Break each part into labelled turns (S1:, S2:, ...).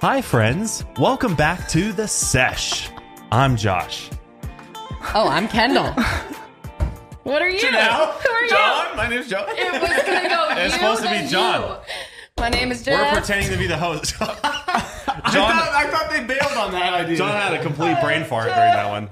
S1: Hi, friends. Welcome back to The Sesh. I'm Josh.
S2: Oh, I'm Kendall. what are you? Who are you?
S1: My name's John.
S2: It was gonna go
S1: It's
S2: you,
S1: supposed to be
S2: then
S1: John.
S2: you. My name is
S1: We're
S2: Jeff.
S1: pretending to be the host. John,
S3: I thought they bailed on that idea.
S1: John had a complete brain fart during that one.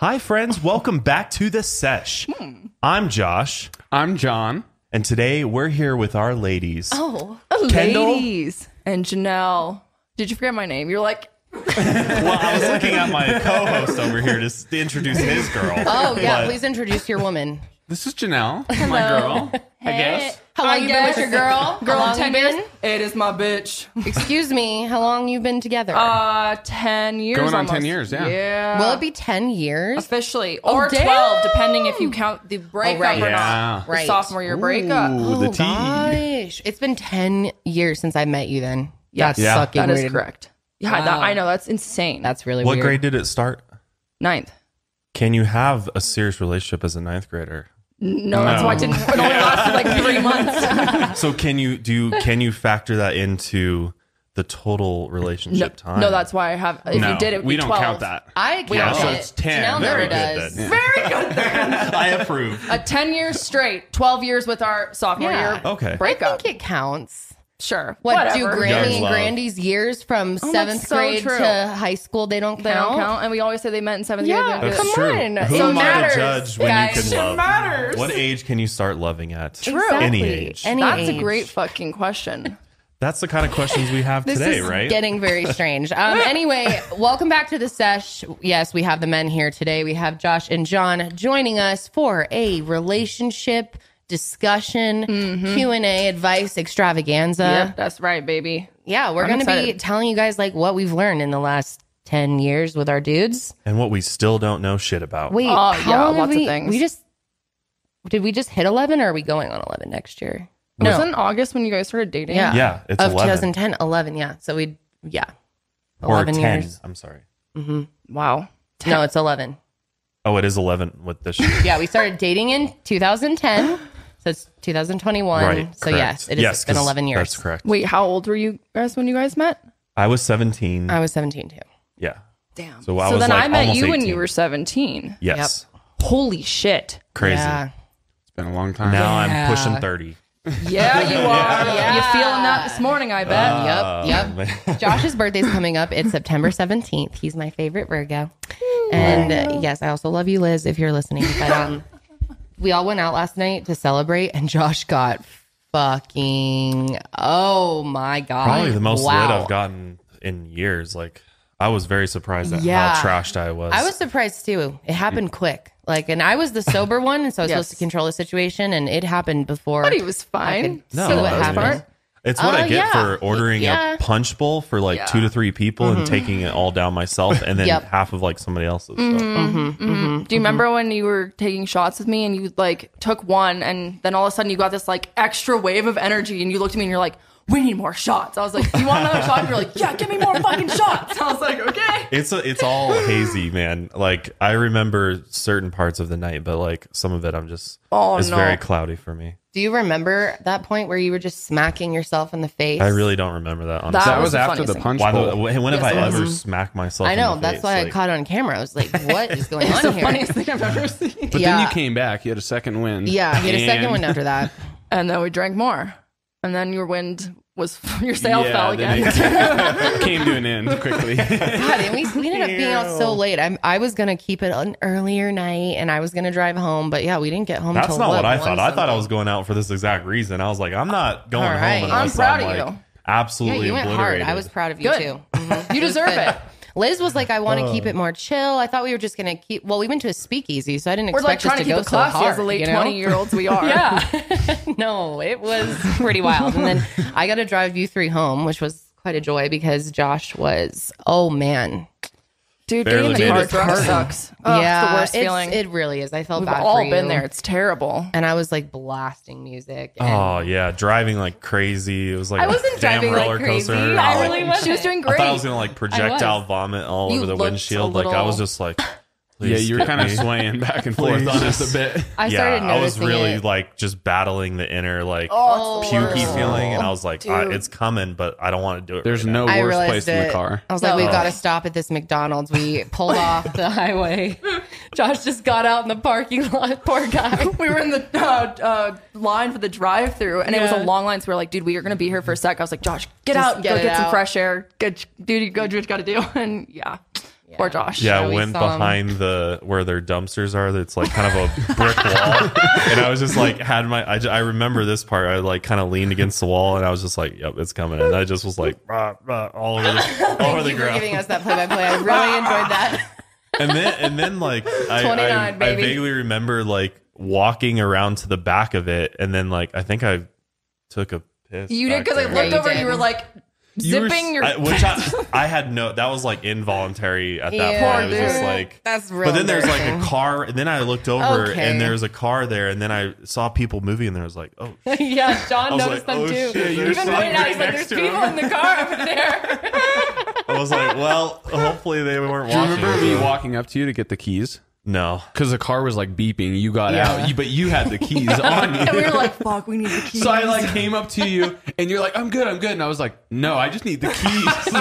S1: Hi, friends. Welcome back to The Sesh.
S2: Hmm.
S1: I'm Josh,
S3: I'm John.
S1: and today we're here with our ladies.
S2: oh,
S1: Kendall?
S4: Ladies and Janelle. Did you forget my name? You're like,
S1: Well, I was looking at my co-host over here to s- to introduce his girl.
S2: oh yeah.
S1: But-
S2: Please introduce your woman.
S3: This is Janelle, my girl. I guess.
S2: How long you been with your girl?
S4: girl,
S2: How long
S4: 10
S2: you
S4: years.
S2: been?
S4: It is my bitch.
S2: Excuse me. How long you been together?
S4: Uh, 10 years.
S3: Going on
S4: almost.
S3: 10 years, yeah.
S4: Yeah.
S2: Will it be ten years?
S4: Officially. Or
S2: oh, damn.
S4: 12, depending if you count the breakup
S2: Oh, right.
S4: or
S3: Yeah.
S4: not.
S2: Right.
S4: The sophomore year breakup.
S1: Ooh, the
S2: oh
S1: tea.
S2: gosh, it's been ten years since I met you. Then
S4: Yes.
S2: that's
S1: Yeah.
S2: sucking
S4: That is
S2: weird.
S4: correct. Yeah, that, I know. That's insane. That's
S2: That's really
S1: What
S2: weird.
S1: grade did it start?
S4: ninth.
S1: Can you have a serious relationship as a ninth grader?
S4: No, Oh, that's why I didn't. It only lasted like three months.
S1: So can you do? You, can you factor that into the total relationship time?
S4: No, that's why I have. If
S3: No,
S4: you did it, would
S3: we
S4: be
S3: don't
S4: 12.
S3: count that.
S2: I count
S1: Yeah,
S2: it.
S1: so it's 10.
S2: Janelle
S1: Very
S2: never
S1: good
S2: does.
S1: then.
S4: Very good.
S1: I approve.
S4: A 10 years straight, 12 years with our sophomore
S2: Yeah.
S4: year.
S1: Okay.
S2: I
S4: Breakup.
S2: think it counts.
S4: Sure.
S2: What
S4: Whatever. Oh,
S2: do
S1: Young
S2: Granny and
S1: love.
S2: Grandy's years from seventh
S4: so
S2: grade
S4: true.
S2: to high school? They don't count.
S4: They don't count, and we always say they met in seventh
S2: Yeah,
S4: grade. They don't
S1: That's
S4: do
S2: Come
S4: it.
S1: true.
S2: on.
S1: Who
S2: It
S1: am I
S4: matters,
S1: to judge when
S4: guys.
S1: you can
S4: It
S1: love?
S4: matters.
S1: What age can you start loving at?
S2: Exactly.
S1: Any age.
S2: Any
S4: That's
S2: age.
S4: a great fucking question.
S1: That's the kind of questions we have
S2: This
S1: today,
S2: is
S1: right?
S2: getting very strange. Um, anyway, welcome back to the sesh. Yes, we have the men here today. We have Josh and John joining us for a relationship discussion,
S4: Mm-hmm.
S2: Q and A, advice extravaganza.
S4: yep, that's right, baby.
S2: Yeah, we're
S4: I'm
S2: going to be
S4: excited.
S2: telling you guys like what we've learned in the last ten years with our dudes.
S1: and what we still don't know shit about.
S2: Wait,
S4: Oh,
S2: how
S4: yeah,
S2: long have
S4: lots of
S2: we,
S4: things.
S2: We just did we just hit eleven, or are we going on eleven next year?
S4: Wasn't August when you guys started dating?
S2: Yeah,
S1: Yeah, it's
S2: of
S1: 11.
S2: 2010, 11, Yeah, so we yeah,
S1: or
S2: 11
S1: 10.
S2: years.
S1: I'm sorry.
S4: Wow.
S2: No, it's eleven.
S1: Oh, it is 11 with this year.
S2: Yeah, we started dating in 2010, so it's 2021.
S1: right.
S2: so
S1: correct.
S2: yes, it has
S1: yes,
S2: been
S1: 'cause
S2: 11 years.
S1: That's correct.
S4: Wait, how old were you guys when you guys met?
S1: I was 17.
S2: I was 17 too.
S1: yeah.
S4: Damn.
S1: So I
S4: so
S1: was
S4: then
S1: like
S4: I met
S1: almost
S4: you when
S1: 18.
S4: you were 17.
S1: Yes.
S4: Holy shit.
S1: Crazy.
S2: Yeah.
S3: It's been a long time.
S1: Now
S2: Yeah.
S1: I'm pushing 30.
S4: Yeah, you are.
S2: Yeah.
S4: You feeling that this morning, I bet.
S2: yep. Yep. Uh, Josh's birthday's coming up. It's September 17th. He's my favorite Virgo. And uh, yes, I also love you, Liz, if you're listening. But um, we all went out last night to celebrate, and Josh got fucking oh my god,
S1: Probably the most
S2: wow.
S1: lit I've gotten in years. Like, I was very surprised at
S2: Yeah.
S1: how trashed I was.
S2: I was surprised too. It happened quick. Like, and I was the sober one, and so I was
S4: Yes.
S2: supposed to control the situation, and it happened before.
S4: But he was fine.
S1: No,
S2: see what
S1: I mean,
S2: happened.
S1: It's what
S4: Oh,
S2: Uh,
S1: I get
S2: yeah.
S1: for ordering
S2: Yeah.
S1: a punch bowl for like two to three people
S4: Mm-hmm.
S1: and taking it all down myself and then
S2: Yep.
S1: half of like somebody else's. So.
S4: Mm-hmm. Do you remember when you were taking shots with me and you like took one and then all of a sudden you got this like extra wave of energy and you looked at me and you're like, we need more shots. I was like, you want another shot? And you're like, yeah, give me more fucking shots. I was like, okay.
S1: It's a, it's all hazy, man. Like I remember certain parts of the night, but like some of it, I'm just
S4: Oh,
S1: it's
S4: no.
S1: very cloudy for me.
S2: Do you remember that point where you were just smacking yourself in the face?
S1: I really don't remember that. Honestly,
S3: that
S4: was
S3: was
S4: the
S3: after
S4: funniest
S3: the
S4: thing.
S3: punch
S1: why
S3: bowl.
S1: the, when have I
S4: Yes,
S1: ever smacked myself?
S2: I
S1: in
S2: know.
S1: the
S2: That's
S1: face?
S2: why I
S1: Like,
S2: caught it on camera. I was like, "What is going
S4: It's
S2: on
S4: the
S2: here?"
S4: funniest thing I've ever seen.
S3: But
S2: yeah,
S3: then you came back. You had a second win.
S2: yeah. He had a second
S3: And-
S2: one after that.
S4: And then we drank more. And then your wind was, your sail
S3: Yeah,
S4: fell
S3: then
S4: again.
S3: it came to an end quickly.
S2: God, and we, we ended up being out so late. I'm, I was gonna keep it an earlier night, and I was gonna drive home. But yeah, we didn't get home.
S1: That's
S2: till
S1: not what I
S2: 11
S1: thought. I thought I
S2: something.
S1: was going out for this exact reason. I was like, I'm not going
S2: All
S1: home.
S2: right.
S1: Unless
S4: I'm proud of
S1: like,
S4: you.
S2: Yeah,
S1: Absolutely
S2: you went hard.
S1: obliterated.
S2: I was proud of you
S4: Good.
S2: too. Mhm.
S4: You
S2: was
S4: deserve
S2: good.
S4: it.
S2: Liz was like, "I want to
S1: Oh.
S2: keep it more chill." I thought we were just gonna keep. Well, we went to a speakeasy, so I didn't
S4: We're like
S2: expect
S4: trying to
S2: us
S4: keep
S2: go
S4: it classy
S2: so hard.
S4: as the late
S2: you know?
S4: 20 year olds we are.
S2: Yeah. no, it was pretty wild. And then I got to drive you three home, which was quite a joy because Josh was, oh man.
S4: Dude,
S1: Barely
S4: getting in the
S1: made
S4: car
S1: it.
S4: drunk sucks. Oh,
S2: yeah.
S4: It's the worst
S2: it's-
S4: feeling.
S2: It really is. I felt
S4: We've
S2: bad for
S4: all been
S2: you.
S4: there. It's terrible.
S2: And I was like blasting music. And
S1: Oh yeah, driving like crazy. It was like
S4: I wasn't
S1: a damn
S4: driving like
S1: roller coaster.
S4: crazy.
S2: I
S1: Like,
S2: really wasn't.
S4: She was doing
S1: I
S4: great.
S1: thought I was gonna like projectile vomit all
S4: You
S1: over the
S4: looked a
S1: windshield. Like I
S4: little-
S1: was just like
S3: yeah,
S1: Please
S3: you were
S1: get
S3: kind of
S1: me.
S3: swaying back and forth on us a bit.
S2: I
S1: yeah,
S2: started
S1: I was
S2: noticing
S1: really
S2: it.
S1: like just battling the inner like
S4: Oh, it's the
S1: pukey
S4: worst.
S1: feeling,
S2: Oh,
S1: and I was like, I,
S4: Dude.
S1: it's coming, but I don't want to do it.
S3: There's
S1: right
S3: no
S2: I
S3: worse
S2: realized
S3: place than the
S2: it.
S3: car.
S2: I was like,
S4: No.
S2: we've got to stop at this McDonald's. We pulled off Oh. the highway. Josh just got out in the parking lot. Poor guy.
S4: we were in the uh, uh, line for the drive through and it was a
S2: Yeah.
S4: long line. So we were like, dude, we are going to be here for a sec. I was like, Josh, get
S2: Just
S4: out,
S2: get
S4: go
S2: it
S4: get some
S2: out.
S4: fresh air. Get, dude, you go do what you got to do. And yeah. Poor Josh.
S1: Yeah,
S2: we
S1: went
S2: saw 'em.
S1: behind the where their dumpsters are. That's like kind of a brick wall, and I was just like had my. I, ju- I remember this part. I like kind of leaned against the wall, and I was just like, "Yep, it's coming." And I just was like, rah, rah, all over the, all over the
S2: Thank you for giving
S1: ground.
S2: us that play-by-play. I really enjoyed that.
S1: And then and then like I, I,
S2: 29,
S1: I
S2: baby.
S1: vaguely remember like walking around to the back of it, and then like I think I took a piss.
S4: You
S1: back
S4: did because I
S1: there.
S4: looked
S2: Yeah, you
S4: over and you
S2: did.
S4: were like
S1: You were s-
S4: zipping your.
S1: I, which I, I had no that was like involuntary at that
S2: Yeah.
S1: point it was just
S4: Dude.
S1: like
S2: That's real
S1: but then there's like a
S2: embarrassing.
S1: car and then I looked over
S2: Okay.
S1: and there was a car there and then I saw people moving and there was like oh shit.
S2: yeah, John
S1: was
S2: noticed
S1: like,
S2: them
S1: "Oh,
S2: too.
S1: shit,
S2: He
S1: you're
S2: Even
S1: sitting
S2: pointed out,
S1: right
S2: he's like,
S1: next
S2: "There's
S1: to
S2: people in the car over there."
S1: I was like well hopefully they weren't
S3: Do you
S1: watching
S3: remember me walking up to you to get the keys?
S1: no
S3: Because the car was like beeping. You got out, you, but you had the keys on you.
S4: and we were like, fuck, we need the keys.
S3: So I like came up to you, and you're like, "I'm good, I'm good," and I was like, "No, I just need the keys."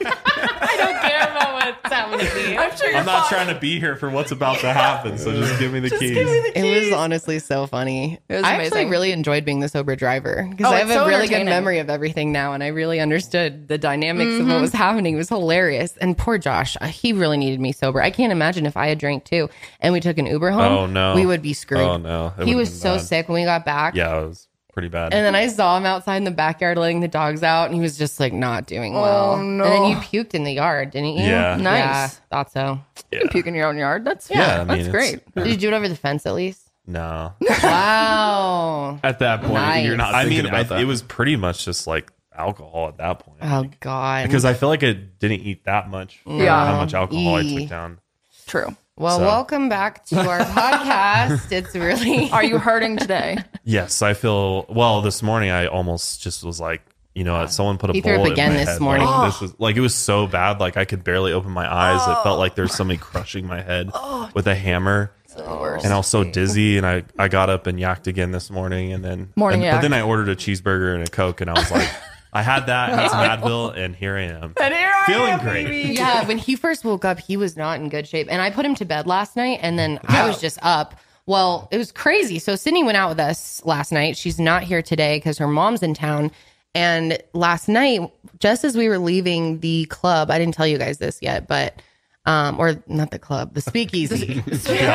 S2: I don't care about what's happening to you.
S4: I'm sure you're
S1: I'm not
S4: fine.
S1: trying to be here for what's about to happen so just give me the keys
S2: It was honestly so funny.
S4: It was
S2: I
S4: amazing.
S2: actually really enjoyed being the sober driver because
S4: Oh,
S2: I have
S4: it's so
S2: a really good
S4: entertaining.
S2: memory of everything now, and I really understood the dynamics of
S4: Mm-hmm.
S2: what was happening. It was hilarious. And poor Josh, uh, he really needed me sober. I can't imagine if I had drank too and we took an Uber home.
S1: Oh, no.
S2: we would be screwed.
S1: Oh, no. It
S2: he
S1: would've
S2: was
S1: been
S2: so
S1: bad.
S2: sick when we got back.
S1: yeah it was pretty bad
S2: And then I saw him outside in the backyard letting the dogs out, and he was just like not doing well.
S4: Oh, no.
S2: And then you puked in the yard, didn't you?
S1: Yeah.
S4: Nice.
S2: Yeah, thought so.
S4: You can puke in your own yard. That's
S1: Yeah, I
S4: yeah,
S1: mean,
S4: that's
S1: it's-
S4: great.
S2: Did you do it over the fence at least?
S1: no
S2: Wow.
S3: At that point,
S2: Nice.
S3: you're not.
S1: I mean
S3: thinking about
S1: I,
S3: that.
S1: it was pretty much just like alcohol at that point
S2: Oh God.
S1: because I feel like I didn't eat that much. for
S4: Yeah.
S1: how much alcohol I
S2: Eee.
S1: took down.
S4: True.
S2: well,
S1: so.
S2: welcome back to our podcast. It's really
S4: Are you hurting today?
S1: Yes, I feel well. This morning I almost just was like, you know, someone put a
S2: He threw
S1: bullet
S2: up
S1: in
S2: again
S1: my
S2: this
S1: head.
S2: morning.
S1: Like, this was like it was so bad. Like I could barely open my eyes. It felt like there's somebody crushing my head with a hammer.
S4: worst.
S1: And I was so dizzy, and I, I got up and yacked again this morning, and then
S4: Morning
S1: and, but
S4: yak.
S1: then I ordered a cheeseburger and a coke, and I was like, I had that, had some Advil, and here I am,
S4: And here I
S1: feeling
S4: am,
S1: great.
S4: baby.
S2: yeah, when he first woke up, he was not in good shape. And I put him to bed last night and then I was just up. Well, it was crazy. So Sydney went out with us last night. She's not here today because her mom's in town. And last night, just as we were leaving the club, I didn't tell you guys this yet, but um, or not the club, the speakeasy.
S1: Yeah,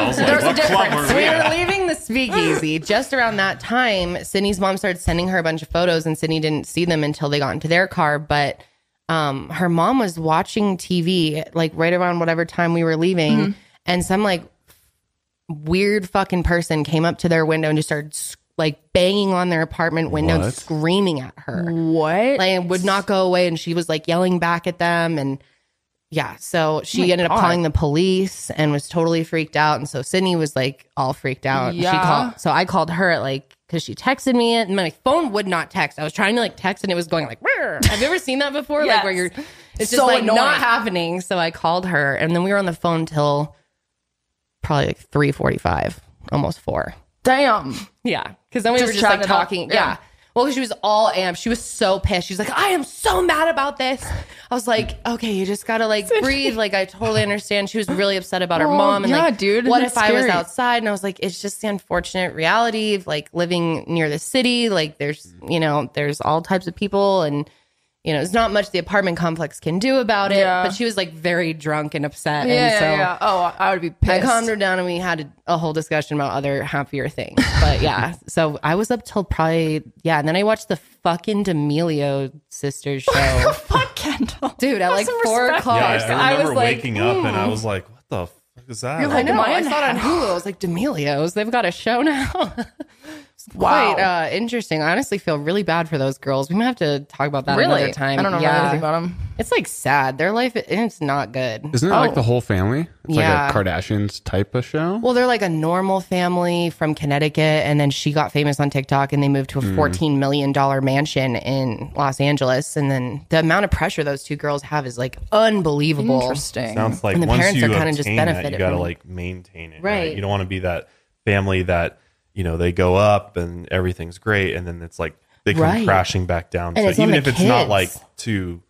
S1: I was like,
S4: There's a
S1: what club
S4: difference.
S1: were we
S2: we
S1: at?
S2: were leaving the speakeasy just around that time sydney's mom started sending her a bunch of photos and sydney didn't see them until they got into their car but um, her mom was watching tv like right around whatever time we were leaving and some like weird fucking person came up to their window and just started s- like banging on their apartment window and
S3: What?
S2: screaming at her
S4: What?
S2: like, and would not go away and she was like yelling back at them and yeah so
S4: Oh
S2: she ended up calling the police and was totally freaked out and so sydney was like all freaked out and she
S4: Yeah.
S2: called so i called her at like because she texted me it and my phone would not text i was trying to like text and it was going like "Rrr." have you ever seen that before like where
S4: Yes.
S2: you're it's just
S4: So
S2: like
S4: annoying.
S2: not happening so i called her and then we were on the phone till probably like 3.45 almost 4
S4: Damn.
S2: yeah, because then we
S4: Just
S2: were just like
S4: chatting it up.
S2: talking.
S4: Yeah.
S2: Yeah. Well, she was all amped. She was so pissed. She was like, "I am so mad about this." I was like, "Okay, you just gotta like breathe." Like, I totally understand. She was really upset about her
S4: Oh,
S2: mom and
S4: yeah,
S2: like,
S4: dude,
S2: what if
S4: it's
S2: I was
S4: scary.
S2: outside? And I was like, "It's just the unfortunate reality of like living near the city. Like, there's you know, there's all types of people, and you know, there's not much the apartment complex can do about it."
S4: Yeah.
S2: But she was like very drunk and upset,
S4: Yeah,
S2: and so
S4: yeah, yeah. Oh, I would be
S2: I
S4: pissed.
S2: calmed her down and we had a, a whole discussion about other happier things. But yeah, so I was up till probably, yeah. And then I watched the fucking D'Amelio sisters show.
S4: Fuck Kendall.
S2: Dude, at like
S4: some
S2: four
S4: respect.
S2: o'clock.
S1: Yeah, I
S2: I
S1: remember
S2: was like, mm.
S1: waking up and I was like, what the fuck is that?
S4: You're
S2: I
S1: Like,
S2: know.
S4: Why
S2: I
S4: in
S2: saw it on Hulu. I was like, D'Amelio's, they've got a show now.
S4: Wow.
S2: Quite uh, interesting. I honestly feel really bad for those girls. We might have to talk about that
S4: really?
S2: another time.
S4: I don't know
S2: Yeah.
S4: anything about them.
S2: It's like sad. Their life, it's not good.
S3: Isn't it
S4: Oh.
S3: like the whole family? It's
S2: Yeah.
S3: like a Kardashians type of
S5: Mm-hmm.
S3: show.
S2: Well, they're like a normal family from Connecticut, and then she got famous on TikTok, and they moved to a fourteen million dollar mansion in Los Angeles. And then the amount of pressure those two girls have is like unbelievable.
S4: Interesting.
S1: Sounds like
S2: And the
S1: once
S2: parents
S1: you
S2: are kinda
S1: obtain
S2: just
S1: that, you
S2: benefited
S1: gotta
S2: from it.
S1: like maintain it.
S2: Right.
S1: You don't want to be that family that you know they go up and everything's great, and then it's like they come
S2: Right.
S1: crashing back down. to
S2: And
S1: it.
S2: it's on
S1: even if
S2: the
S1: it's not
S2: kids.
S1: like to,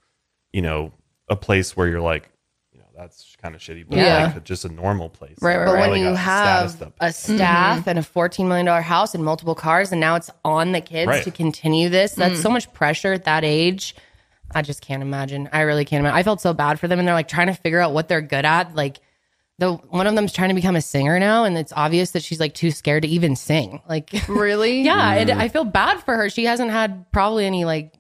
S1: you know, a place where you're like, you know, that's kind of shitty, but
S4: Yeah.
S1: like just a normal place.
S4: Right, right,
S2: But
S4: right.
S2: when
S1: Really
S2: you
S1: got
S2: have
S1: status up.
S2: a staff
S4: Mm-hmm.
S2: and a fourteen million dollar house and multiple cars, and now it's on the kids
S1: Right.
S2: to continue this, that's
S4: Mm.
S2: so much pressure at that age. I just can't imagine. I really can't imagine. I felt so bad for them, and they're like trying to figure out what they're good at. Like the one of them's trying to become a singer now, and it's obvious that she's like too scared to even sing. Like,
S4: really?
S2: yeah, and
S1: Mm.
S2: I feel bad for her. She hasn't had probably any like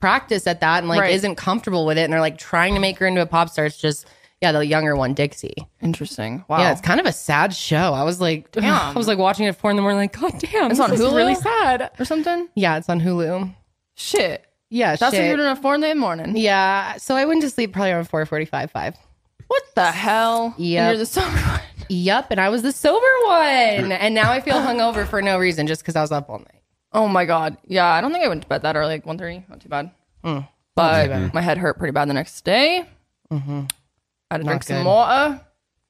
S2: practice at that, and like
S4: Right.
S2: isn't comfortable with it. And they're like trying to make her into a pop star. It's just yeah, the younger one, Dixie.
S4: Interesting. Wow.
S2: Yeah, it's kind of a sad show. I was like, I was like watching it at four in the morning, like, God damn,
S4: It's
S2: this
S4: on
S2: is
S4: Hulu?
S2: really sad.
S4: or something.
S2: Yeah, it's on Hulu.
S4: Shit.
S2: Yeah,
S4: That's what
S2: shit.
S4: you're doing at four in the morning.
S2: Yeah, so I went to sleep probably around four forty-five, five.
S4: What the hell? And
S2: Yep.
S4: You're the sober one.
S2: Yep, and I was the sober one, and now I feel hungover for no reason, just because I was up all night.
S4: Oh my god. Yeah, I don't think I went to bed that early, like one thirty. Not too bad.
S2: Mm,
S4: But my head hurt pretty bad the next day. I had to drink
S2: Mm-hmm. good.
S4: some water,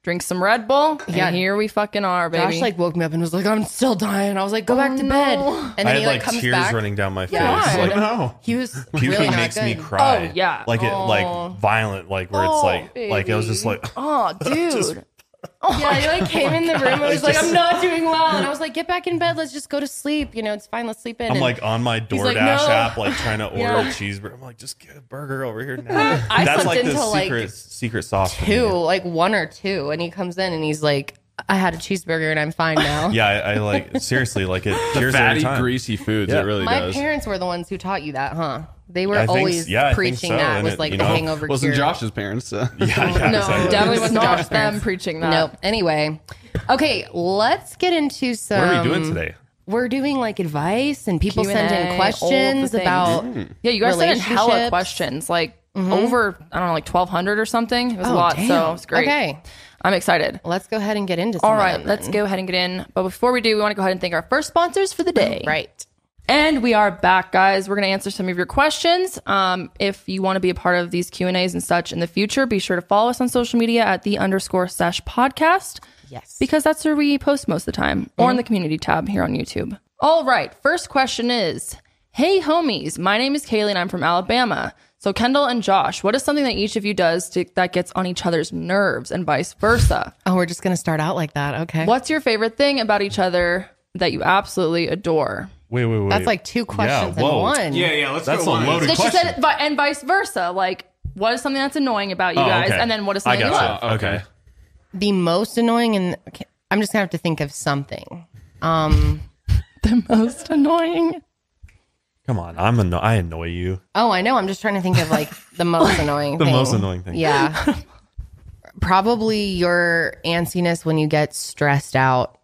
S4: drink some Red Bull.
S2: Yeah.
S4: Yeah, and here we fucking are, baby.
S2: Josh like woke me up and was like, "I'm still dying." I was like, "Go back to bed,"
S4: no.
S2: and
S1: I
S2: then
S1: had
S2: he like,
S1: like
S2: comes
S1: tears
S2: back.
S1: running down my face.
S2: Yeah.
S1: Like,
S3: no.
S2: He was
S1: puking
S2: really not
S1: makes
S2: good. Oh,
S1: me cry.
S4: Oh, yeah.
S1: Like it like violent, like where it's like like it was just like
S4: oh, dude.
S2: Yeah, he like came in the room and was like, "I'm not doing well," and I was like, "Get back in bed. Let's just go to sleep. You know, it's fine. Let's sleep in."
S1: I'm
S2: And-
S1: like on my DoorDash
S2: like, "No."
S1: app, like trying to order a
S4: Yeah.
S1: cheeseburger. I'm like, just get a burger over here now.
S2: I
S1: That's
S2: slept
S1: like the
S2: until, like,
S1: secret secret sauce. for me.
S2: two, like one or two, and he comes in and he's like, "I had a cheeseburger and I'm fine now."
S1: Yeah, I, I like seriously like it.
S3: The
S1: tears every
S3: fatty,
S1: time.
S3: greasy foods.
S1: Yeah.
S3: It really
S2: my
S3: does.
S2: parents were the ones who taught you that, huh? They were
S1: I think s-
S2: always
S1: yeah, I think
S2: preaching
S1: so,
S2: that
S1: and
S2: was
S1: it-
S2: like
S1: you
S2: the
S1: know,
S2: hangover
S3: Wasn't
S2: cure.
S3: Josh's parents? so-
S1: Yeah, yeah,
S4: No,
S1: exactly.
S4: definitely was
S2: Not
S4: not
S2: Josh's
S4: them
S2: parents.
S4: preaching that.
S2: Nope. Anyway, okay, let's get into some.
S1: What are we doing today?
S2: We're doing like advice, and people
S4: Q&A,
S2: send in
S4: all the
S2: questions
S4: things.
S2: about.
S4: Yeah, you guys sent in hella
S2: Relationships. Mm-hmm.
S4: questions, like over I don't know, like twelve hundred or something. It was
S2: Oh,
S4: a lot,
S2: damn.
S4: so it's great.
S2: Okay,
S4: I'm excited.
S2: let's go ahead and get into. Some
S4: All
S2: of
S4: right,
S2: them
S4: let's
S2: then.
S4: go ahead and get in. But before we do, we want to go ahead and thank our first sponsors for the day.
S2: Oh, Right.
S4: And we are back, guys. We're going to answer some of your questions. Um, if you want to be a part of these Q and A's and such in the future, be sure to follow us on social media at the underscore sesh podcast
S2: Yes. Mm-hmm.
S4: because that's where we post most of the time or in the community tab here on YouTube. All right. First question is, Hey homies, my name is Kaylee and I'm from Alabama. So Kendall and Josh, what is something that each of you does to, that gets on each other's nerves and vice versa?
S2: oh, we're just gonna start out like that. Okay.
S4: What's your favorite thing about each other that you absolutely adore?
S1: Wait, wait, wait.
S2: That's like two questions in
S1: whoa.
S2: one.
S3: yeah. Let's
S1: That's a loaded
S4: So she
S1: question.
S4: said, but and vice versa. Like, what is something that's annoying about you
S1: Oh,
S4: guys,
S1: okay.
S4: and then what is
S1: I
S4: something you
S1: gotcha.
S4: love?
S3: Oh, okay.
S1: Okay.
S2: The most annoying, and okay, I'm just gonna have to think of something. Um.
S4: The most annoying.
S1: Come on, I'm anno- I annoy you.
S2: Oh, I know. I'm just trying to think of like the most annoying
S1: The
S2: thing.
S1: most annoying thing.
S2: Yeah. Probably your antsiness when you get stressed out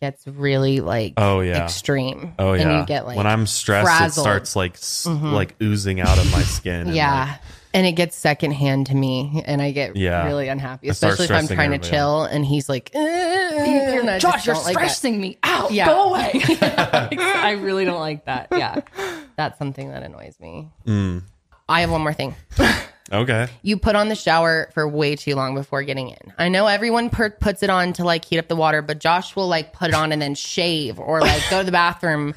S2: gets really like
S1: Oh, yeah.
S2: extreme.
S1: Oh yeah.
S2: And you get like
S1: when I'm stressed, it
S2: frazzled. Mm-hmm.
S1: starts like s like oozing out of my skin. and,
S2: Yeah.
S1: like,
S2: and it gets secondhand to me and I get
S1: Yeah.
S2: really unhappy,
S1: I start
S2: especially if I'm
S1: stressing
S2: trying to
S1: everybody
S2: chill and he's like, "Eh," and I
S4: Josh,
S2: just
S4: you're
S2: don't like that.
S4: stressing me out.
S2: Yeah.
S4: Go away.
S2: I really don't like that. Yeah. That's something that annoys me.
S1: Mm.
S2: I have one more thing.
S1: okay.
S2: you put on the shower for way too long before getting in. I know everyone per- puts it on to like heat up the water, but Josh will like put it on and then shave or like go to the bathroom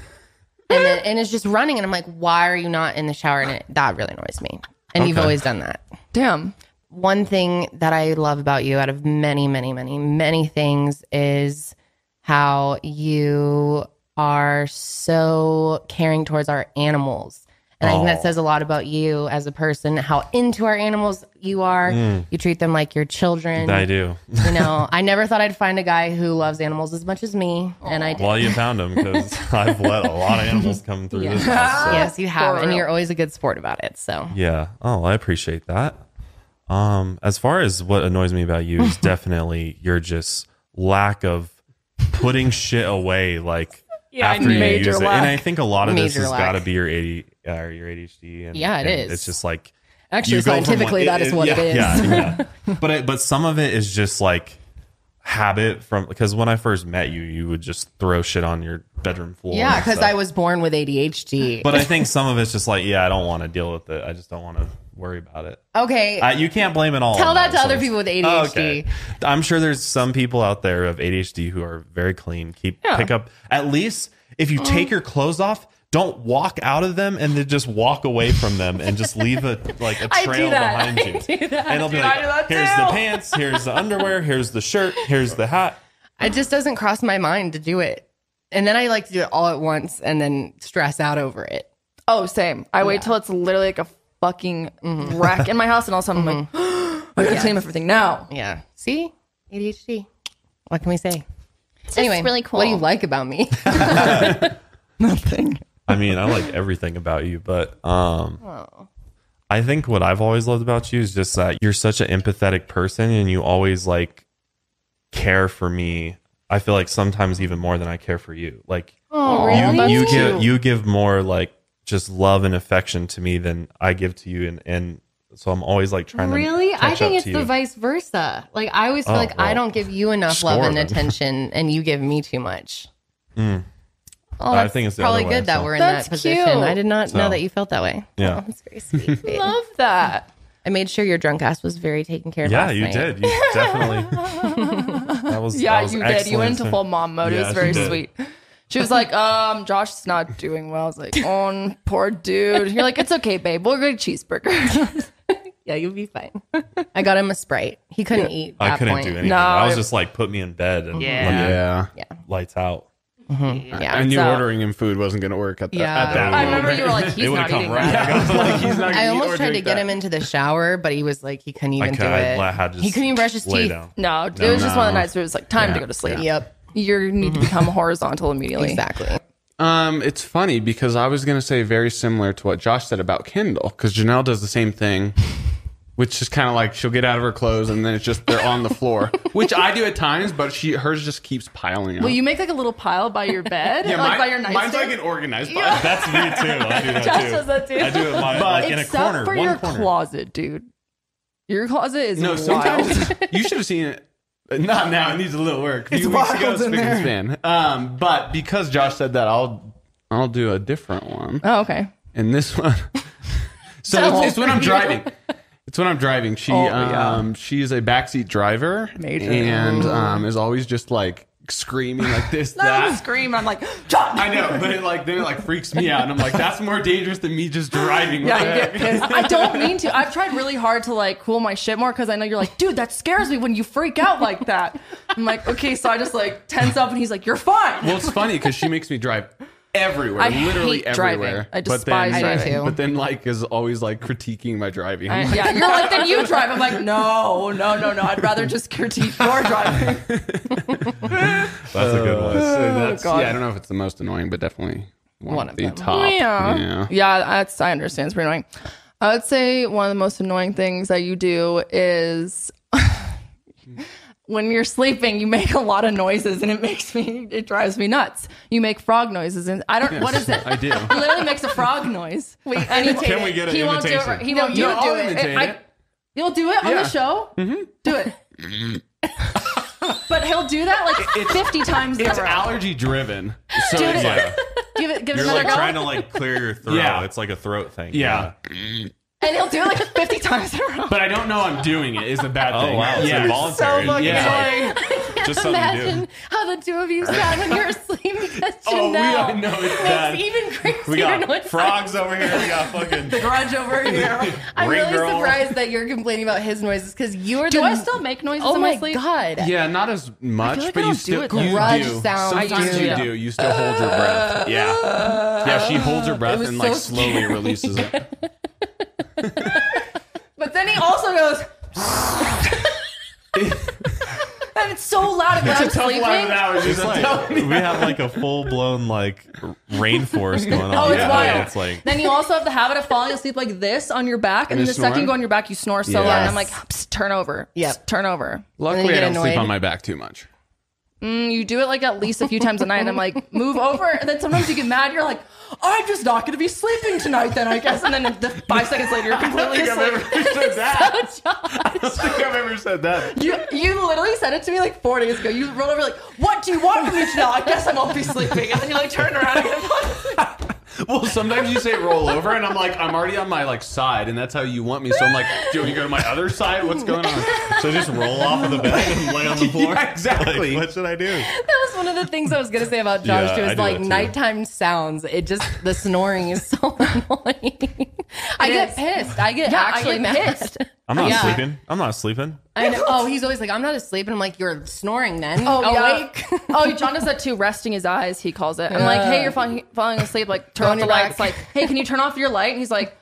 S2: and then, and it's just running and I'm like, "Why are you not in the shower?" and it, that really annoys me. And you've
S1: Okay.
S2: always done that.
S4: Damn.
S2: One thing that I love about you out of many, many, many, many things is how you are so caring towards our animals. And I think that
S1: Aw.
S2: says a lot about you as a person, how into our animals you are. You treat them like your children.
S1: Mm. I do.
S2: You know, I never thought I'd find a guy who loves animals as much as me. And I did.
S1: Well, you found them because I've let a lot of animals come through this house. so-
S2: yes, you have.
S4: For
S2: And
S4: real.
S2: you're always a good sport about it. So
S1: Yeah. Oh, I appreciate that. Um, as far as what annoys me about you is definitely your just lack of putting shit away. Like
S5: Yeah,
S1: after you
S5: major
S1: use it.
S5: lack.
S1: And I think a lot of this
S2: Major
S1: has
S2: lack.
S1: got to be your AD, uh, or your ADHD. And,
S2: Yeah, it
S1: and
S2: is.
S1: It's just like
S5: Actually,
S1: you go from
S5: scientifically,
S1: one-
S5: that is what
S1: yeah,
S5: it is.
S1: Yeah, yeah. but it, but some of it is just like habit from because when I first met you, you would just throw shit on your bedroom floor.
S2: Yeah,
S1: and
S2: because
S1: stuff.
S2: I was born with ADHD.
S1: But I think some of it's just like, yeah, I don't want to deal with it. I just don't want to worry about it.
S2: okay.
S1: I, you can't blame it all.
S2: Tell
S1: on
S2: that to
S1: so
S2: other
S1: it's-
S2: people with
S1: Oh,
S2: ADHD.
S1: okay. I'm sure there's some people out there of ADHD who are very clean. Keep pick up at least if you
S2: Mm.
S1: take your clothes off. Don't walk out of them and then just walk away from them and just leave a like a
S2: I do
S1: trail
S2: that.
S1: behind
S2: I
S1: you.
S2: do that.
S1: And it'll be
S4: Dude, I do
S1: like,
S4: that
S1: here's
S4: too.
S1: the pants, here's the underwear, here's the shirt, here's the hat.
S2: It just doesn't cross my mind to do it. And then I like to do it all at once and then stress out over it.
S4: Oh, same. I wait till it's literally like a fucking wreck in my house, and all of a sudden I'm like, I gotta clean up everything now.
S2: Yeah. See? ADHD. What can we say?
S6: It's anyway, really cool.
S2: What do you like about me? Nothing.
S1: I mean, I like everything about you, but um, I think what I've always loved about you is just that you're such an empathetic person, and you always like care for me. I feel like sometimes even more than I care for you. Like
S4: Oh,
S2: really?
S1: you
S2: That's
S1: give you give more like just love and affection to me than I give to you, and and so I'm always like trying to
S2: Really?
S1: catch
S2: I
S1: up
S2: think it's
S1: to
S2: the
S1: you.
S2: vice versa. Like I always feel
S1: Oh,
S2: like I
S1: well,
S2: don't give you enough love
S1: score
S2: and
S1: then.
S2: attention and you give me too much. Oh,
S1: Mm. I
S2: that's
S1: think it's the
S2: probably
S1: other way,
S2: good that
S1: so-
S2: we're in
S4: That's
S2: that position.
S4: cute.
S2: I did not know
S1: So-
S2: that you felt that way.
S1: Yeah.
S2: Oh, that's very sweet. babe.
S4: Love that.
S2: I made sure your drunk ass was very taken care of.
S1: Yeah,
S2: last
S1: you
S2: night.
S1: did. You definitely. that was
S4: Yeah,
S1: that was
S4: you did. You went
S1: excellent.
S4: into full mom mode.
S1: Yeah,
S4: it was
S1: she
S4: very
S1: did.
S4: sweet. She was like, um, Josh's not doing well. I was like, oh, poor dude. You're like, it's okay, babe. We'll get a cheeseburger.
S2: Yeah, you'll be fine. I got him a sprite. He couldn't eat.
S1: I
S2: that
S1: couldn't
S2: point.
S1: do anything.
S4: No,
S1: I was
S4: it-
S1: just like, put me in bed and
S6: Yeah.
S1: lights out.
S2: Yeah,
S5: I knew
S4: so-
S5: ordering him food wasn't going to work at, the,
S2: Yeah.
S5: at that
S4: I
S5: moment.
S4: remember you were like, he's
S1: would've
S4: not
S1: come
S4: eating
S1: right
S4: that.
S1: back up.
S5: Like, he's not gonna
S2: I
S5: eat
S2: almost
S5: or
S2: tried to
S5: drink
S2: get
S5: that.
S2: him into the shower, but he was like, he couldn't even
S1: I
S2: do
S1: could- I
S2: it.
S1: had to
S2: he
S1: just
S2: couldn't even brush his
S1: lay
S2: teeth.
S1: down.
S4: No, it was just one of the nights where it was like, time to
S1: Yeah.
S4: go to sleep.
S2: Yep,
S4: You need to become horizontal immediately.
S2: exactly.
S5: Um, it's funny because I was going to say very similar to what Josh said about Kindle because Janelle does the same thing, which is kind of like she'll get out of her clothes and then it's just they're on the floor, which I do at times, but she hers just keeps piling up.
S4: Well, you make like a little pile by your bed,
S5: yeah,
S4: like
S5: mine-
S4: by your nightstand.
S5: mine's like an organized pile.
S1: That's me too. I do that
S4: Josh
S1: too.
S4: does that too.
S1: I do it my, like in a
S4: Except
S1: corner,
S4: for
S1: one
S4: your
S1: corner.
S4: closet, dude. Your closet is
S5: No,
S4: wild.
S5: sometimes you should have seen it. Not now. It needs a little work. A
S7: It's
S5: few weeks ago,
S7: wild
S5: it's
S7: in
S5: spick and
S7: there.
S5: span. Um, but because Josh said that, I'll I'll do a different one.
S4: Oh, okay.
S5: And this one, so it's, it's when I'm driving. It's when I'm driving. She
S4: yeah.
S5: um she's a backseat driver
S4: Major.
S5: and um is always just like screaming like this
S4: I
S5: that.
S4: scream. I'm like, John.
S5: I know, but it like then it like freaks me out, and I'm like, that's more dangerous than me just driving. What
S4: Yeah,
S5: the
S4: you
S5: heck?
S4: get pissed. I don't mean to. I've tried really hard to like cool my shit more because I know you're like, dude, that scares me when you freak out like that. I'm like, okay, so I just like tense up, and he's like, you're fine.
S5: Well, it's funny because she makes me drive everywhere,
S4: I
S5: literally
S4: hate driving.
S5: everywhere.
S4: I
S5: But
S4: despise
S5: then-
S2: driving. I do too.
S5: But then, like, is always like critiquing my driving.
S4: I- yeah, you're like, then you drive. I'm like, no, no, no, no. I'd rather just critique your driving.
S1: That's a good one.
S5: So that's-
S4: Oh, God.
S5: yeah, I don't know if it's the most annoying, but definitely one,
S2: One
S5: of
S2: of
S5: the
S2: them.
S5: top.
S4: Oh, Yeah. Yeah, that's I understand. It's pretty annoying. I would say one of the most annoying things that you do is when you're sleeping, you make a lot of noises and it makes me it drives me nuts. You make frog noises and I don't what is it?
S5: I do.
S4: He literally makes a frog noise. Wait,
S1: Can we get an
S4: he won't do it.
S1: imitation?
S4: right- He won't.
S5: No,
S4: You'll do
S5: I'll
S4: it. Mm-hmm.
S5: imitate
S4: I-
S5: it.
S4: You'll do it on
S5: Yeah.
S4: the show. Do it. but he'll do that like fifty times. in a
S5: It's
S4: row.
S5: allergy driven. So
S4: Dude,
S5: it's
S4: it-
S5: like,
S4: Give it. Give it
S1: You're
S4: another
S1: like
S4: go.
S1: trying to like clear your throat.
S5: Yeah.
S1: It's like a throat thing.
S5: yeah.
S4: and he'll do it like fifty times in a row.
S5: But I don't know I'm doing it is the bad
S1: Oh
S5: thing.
S1: wow, it's
S5: Yeah.
S1: involuntary.
S4: So
S1: It's
S5: fucking
S1: like,
S4: Like,
S1: just something
S2: Imagine
S1: new.
S2: how the two of you sound when you're asleep because
S5: Oh, we
S2: Janelle
S5: I know it's
S2: makes
S5: bad.
S2: even crazier
S1: We got
S2: noises.
S1: frogs over here. We got fucking.
S4: grudge over here.
S2: I'm
S1: Ring
S2: really
S1: girl.
S2: surprised that you're complaining about his noises because you are
S4: Do
S2: the.
S4: I still make noises
S2: oh
S4: in my
S2: my
S4: sleep?
S2: god!
S5: Yeah, not as much,
S4: like I
S5: but
S4: don't
S5: you
S4: do
S5: still
S4: it that
S5: you
S2: much.
S5: do.
S2: Sound, I
S5: Sometimes
S2: do.
S5: you do. You still hold your breath. Yeah, yeah. She holds her breath
S2: was
S5: and like
S2: so
S5: slowly releases it.
S4: But then he also goes. and it's so loud when I'm sleeping.
S1: It's like we have like a full blown like rainforest going on.
S4: Oh, it's
S1: Yeah.
S4: wild.
S1: It's like
S4: Then you also have the habit of falling asleep like this on your back, and,
S5: And
S4: the
S5: you
S4: second you
S5: snore?
S4: go on your back, you snore so
S5: Yes.
S4: loud. And I'm like, Psst, turn over.
S2: Yep.
S4: Psst, turn over.
S2: then you
S5: Luckily, I
S2: get
S5: don't
S2: annoyed.
S5: sleep on my back too much.
S4: mm, you do it like at least a few times a night. And I'm like, move over. And then sometimes you get mad. You're like, I'm just not going to be sleeping tonight, then I guess. And then the five seconds later, you're completely
S5: think I've
S4: asleep.
S5: ever said that.
S4: So Josh,
S5: I don't think I've ever said that.
S4: you, you literally said it to me like four days ago. You rolled over like, what do you want from me, Janelle? I guess I won't be sleeping. And then you like turn around and
S5: Well, sometimes you say roll over, and I'm like, I'm already on my like side, and that's how you want me. So I'm like, do you want me to go to my other side? What's going on?
S1: So just roll off of the bed and lay on the floor.
S5: Yeah, exactly.
S1: Like, what should I do?
S2: That was one of the things I was gonna say about Josh.
S1: Yeah,
S2: too,
S1: I
S2: was
S1: do
S2: like
S1: that too.
S2: nighttime sounds. It just the snoring is so annoying. I
S4: It
S2: get
S4: is.
S2: pissed. I get
S4: Yeah, I
S2: actually
S4: get
S2: mad.
S4: pissed.
S1: I'm not
S2: Yeah.
S1: sleeping. I'm not sleeping.
S2: I know. Oh, he's always like, I'm not asleep, and I'm like, you're snoring then.
S4: Oh,
S2: awake.
S4: yeah. oh, John does that too. Resting his eyes, he calls it. I'm like, hey, you're falling, falling asleep. Like, turn
S2: On
S4: off the
S2: your back.
S4: lights. Like, hey, can you turn off your light? And he's like,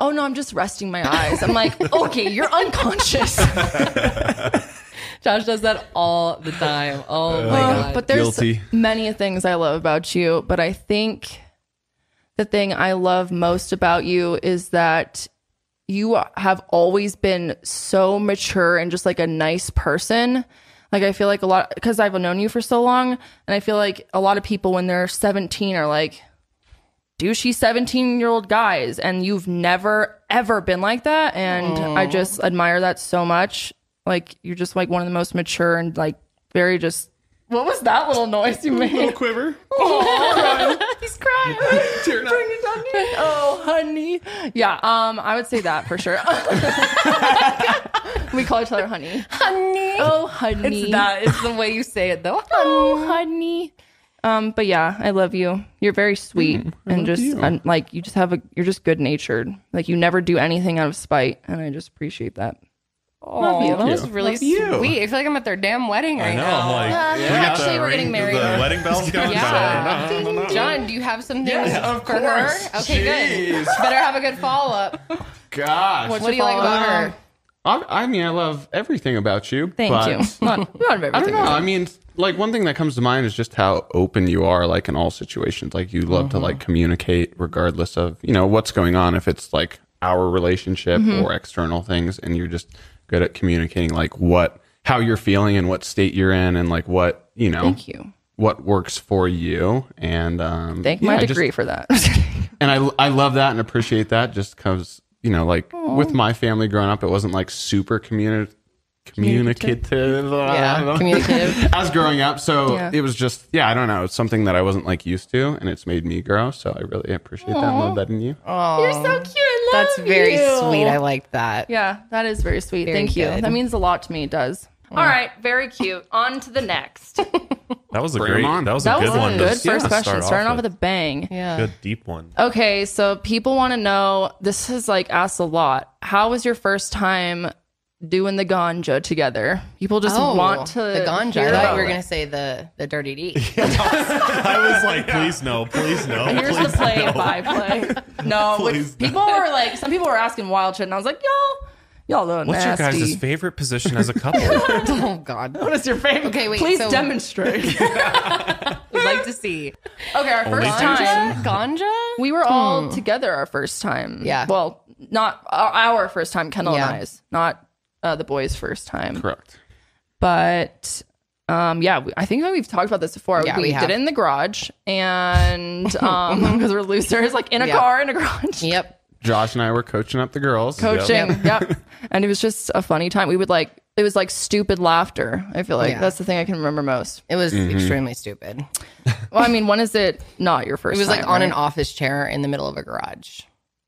S4: oh no, I'm just resting my eyes. I'm like, okay, you're unconscious.
S2: Josh does that all the time. Oh my
S4: Uh,
S2: god.
S4: but there's
S5: Guilty.
S4: many things I love about you. But I think the thing I love most about you is that you have always been so mature and just like a nice person. Like I feel like a lot because I've known you for so long, and I feel like a lot of people when they're 17 are like douchey 17 year old guys, and you've never ever been like that. And I just admire that so much. Like you're just like one of the most mature and like very just. What was that little noise you made?
S5: Quiver.
S4: He's crying.
S5: Tearing up.
S4: Oh, honey. Yeah, um, I would say that for sure. we call each other honey.
S2: honey.
S4: Oh, honey.
S2: It's that. It's the way you say it though.
S4: Oh, honey. Um, but yeah, I love you. You're very sweet and just and like you just have a you're just good natured. Like you never do anything out of spite, and I just appreciate that.
S2: Love you. That was
S5: you.
S2: really
S5: Love you.
S2: sweet. I feel like I'm at their damn wedding right
S1: I know.
S2: now.
S1: I'm like,
S4: Yeah,
S1: we get
S4: actually,
S1: the
S4: we're getting married.
S1: The wedding bells going.
S2: Yeah.
S1: No, no, no, no.
S2: John, do you have something
S5: Yeah, of
S2: for
S5: course.
S2: her? Okay, good.
S5: Jeez.
S2: Better have a good follow up.
S5: Gosh.
S2: What do you like about her?
S5: I, I mean, I love everything about you.
S4: Thank
S5: but-
S4: you. Not, not
S5: I don't
S4: everything.
S5: know. I mean, like one thing that comes to mind is just how open you are, like in all situations. Like you love to
S4: Mm-hmm.
S5: like communicate, regardless of you know what's going on. If it's like our relationship
S4: Mm-hmm.
S5: or external things, and you're just good at communicating, like what how you're feeling and what state you're in, and like what you know.
S4: Thank you.
S5: What works for you, and um,
S4: Thank
S5: yeah,
S4: my
S5: I just-
S4: degree for that.
S5: and I I love that and appreciate that just because you know like with my family growing up, it wasn't like super communi- communicative.
S2: Yeah, communicative.
S5: I was growing up, so
S4: Yeah.
S5: it was just yeah, I don't know, it's something that I wasn't like used to, and it's made me grow. So I really appreciate that and love that in you.
S4: you're so cute. I love
S2: That's very
S4: you.
S2: sweet. I like that.
S4: Yeah, that is very sweet.
S2: Very
S4: Thank you.
S2: good.
S4: That means a lot to me. It does. All right, very cute. On to the next. that
S1: That was a
S5: Bring 'em
S1: great.
S5: on.
S1: That was a
S4: was
S1: good
S4: a
S1: one. to
S4: good
S1: s-
S4: first
S1: to start
S4: question. Starting off with a bang.
S2: Yeah.
S1: good deep one.
S4: Okay, so people want to know. This is like asked a lot. How was your first time doing the ganja together? People just want to
S2: Oh, the ganja.
S4: hear
S2: I thought
S4: about
S2: you were
S4: it.
S2: gonna say the the dirty D.
S1: I was like, please no, please no.
S4: Here's
S1: please
S4: the play
S1: no.
S4: by play. No, which
S1: Please no.
S4: people were like, some people were asking wild shit, and I was like, y'all, y'all look
S1: What's
S4: nasty.
S1: your guys' favorite position as a couple?
S2: oh God.
S4: what is your favorite?
S2: Okay, wait,
S4: Please
S2: so-
S4: demonstrate.
S2: We'd like to see
S4: okay, our first
S1: Only two?
S4: time.
S2: ganja.
S4: We were all together our first time.
S2: Hmm. Yeah.
S4: Well, not our, our first time, Kendall
S2: Yeah.
S4: and I's, not uh, the boys' first time.
S5: Correct.
S4: But um, yeah, we, I think we've talked about this before.
S2: Yeah, we
S4: did
S2: have.
S4: it in the garage, and um, because we're losers, like in a
S2: Yeah.
S4: car in a garage.
S2: Yep.
S5: Josh and I were coaching up the girls.
S4: Coaching, yep. and it was just a funny time. We would like it was like stupid laughter. I feel like
S2: Yeah.
S4: that's the thing I can remember most.
S2: It was extremely stupid.
S4: Well, I mean, when is it not your first?
S2: It was like
S4: time,
S2: on
S4: right?
S2: an office chair in the middle of a garage.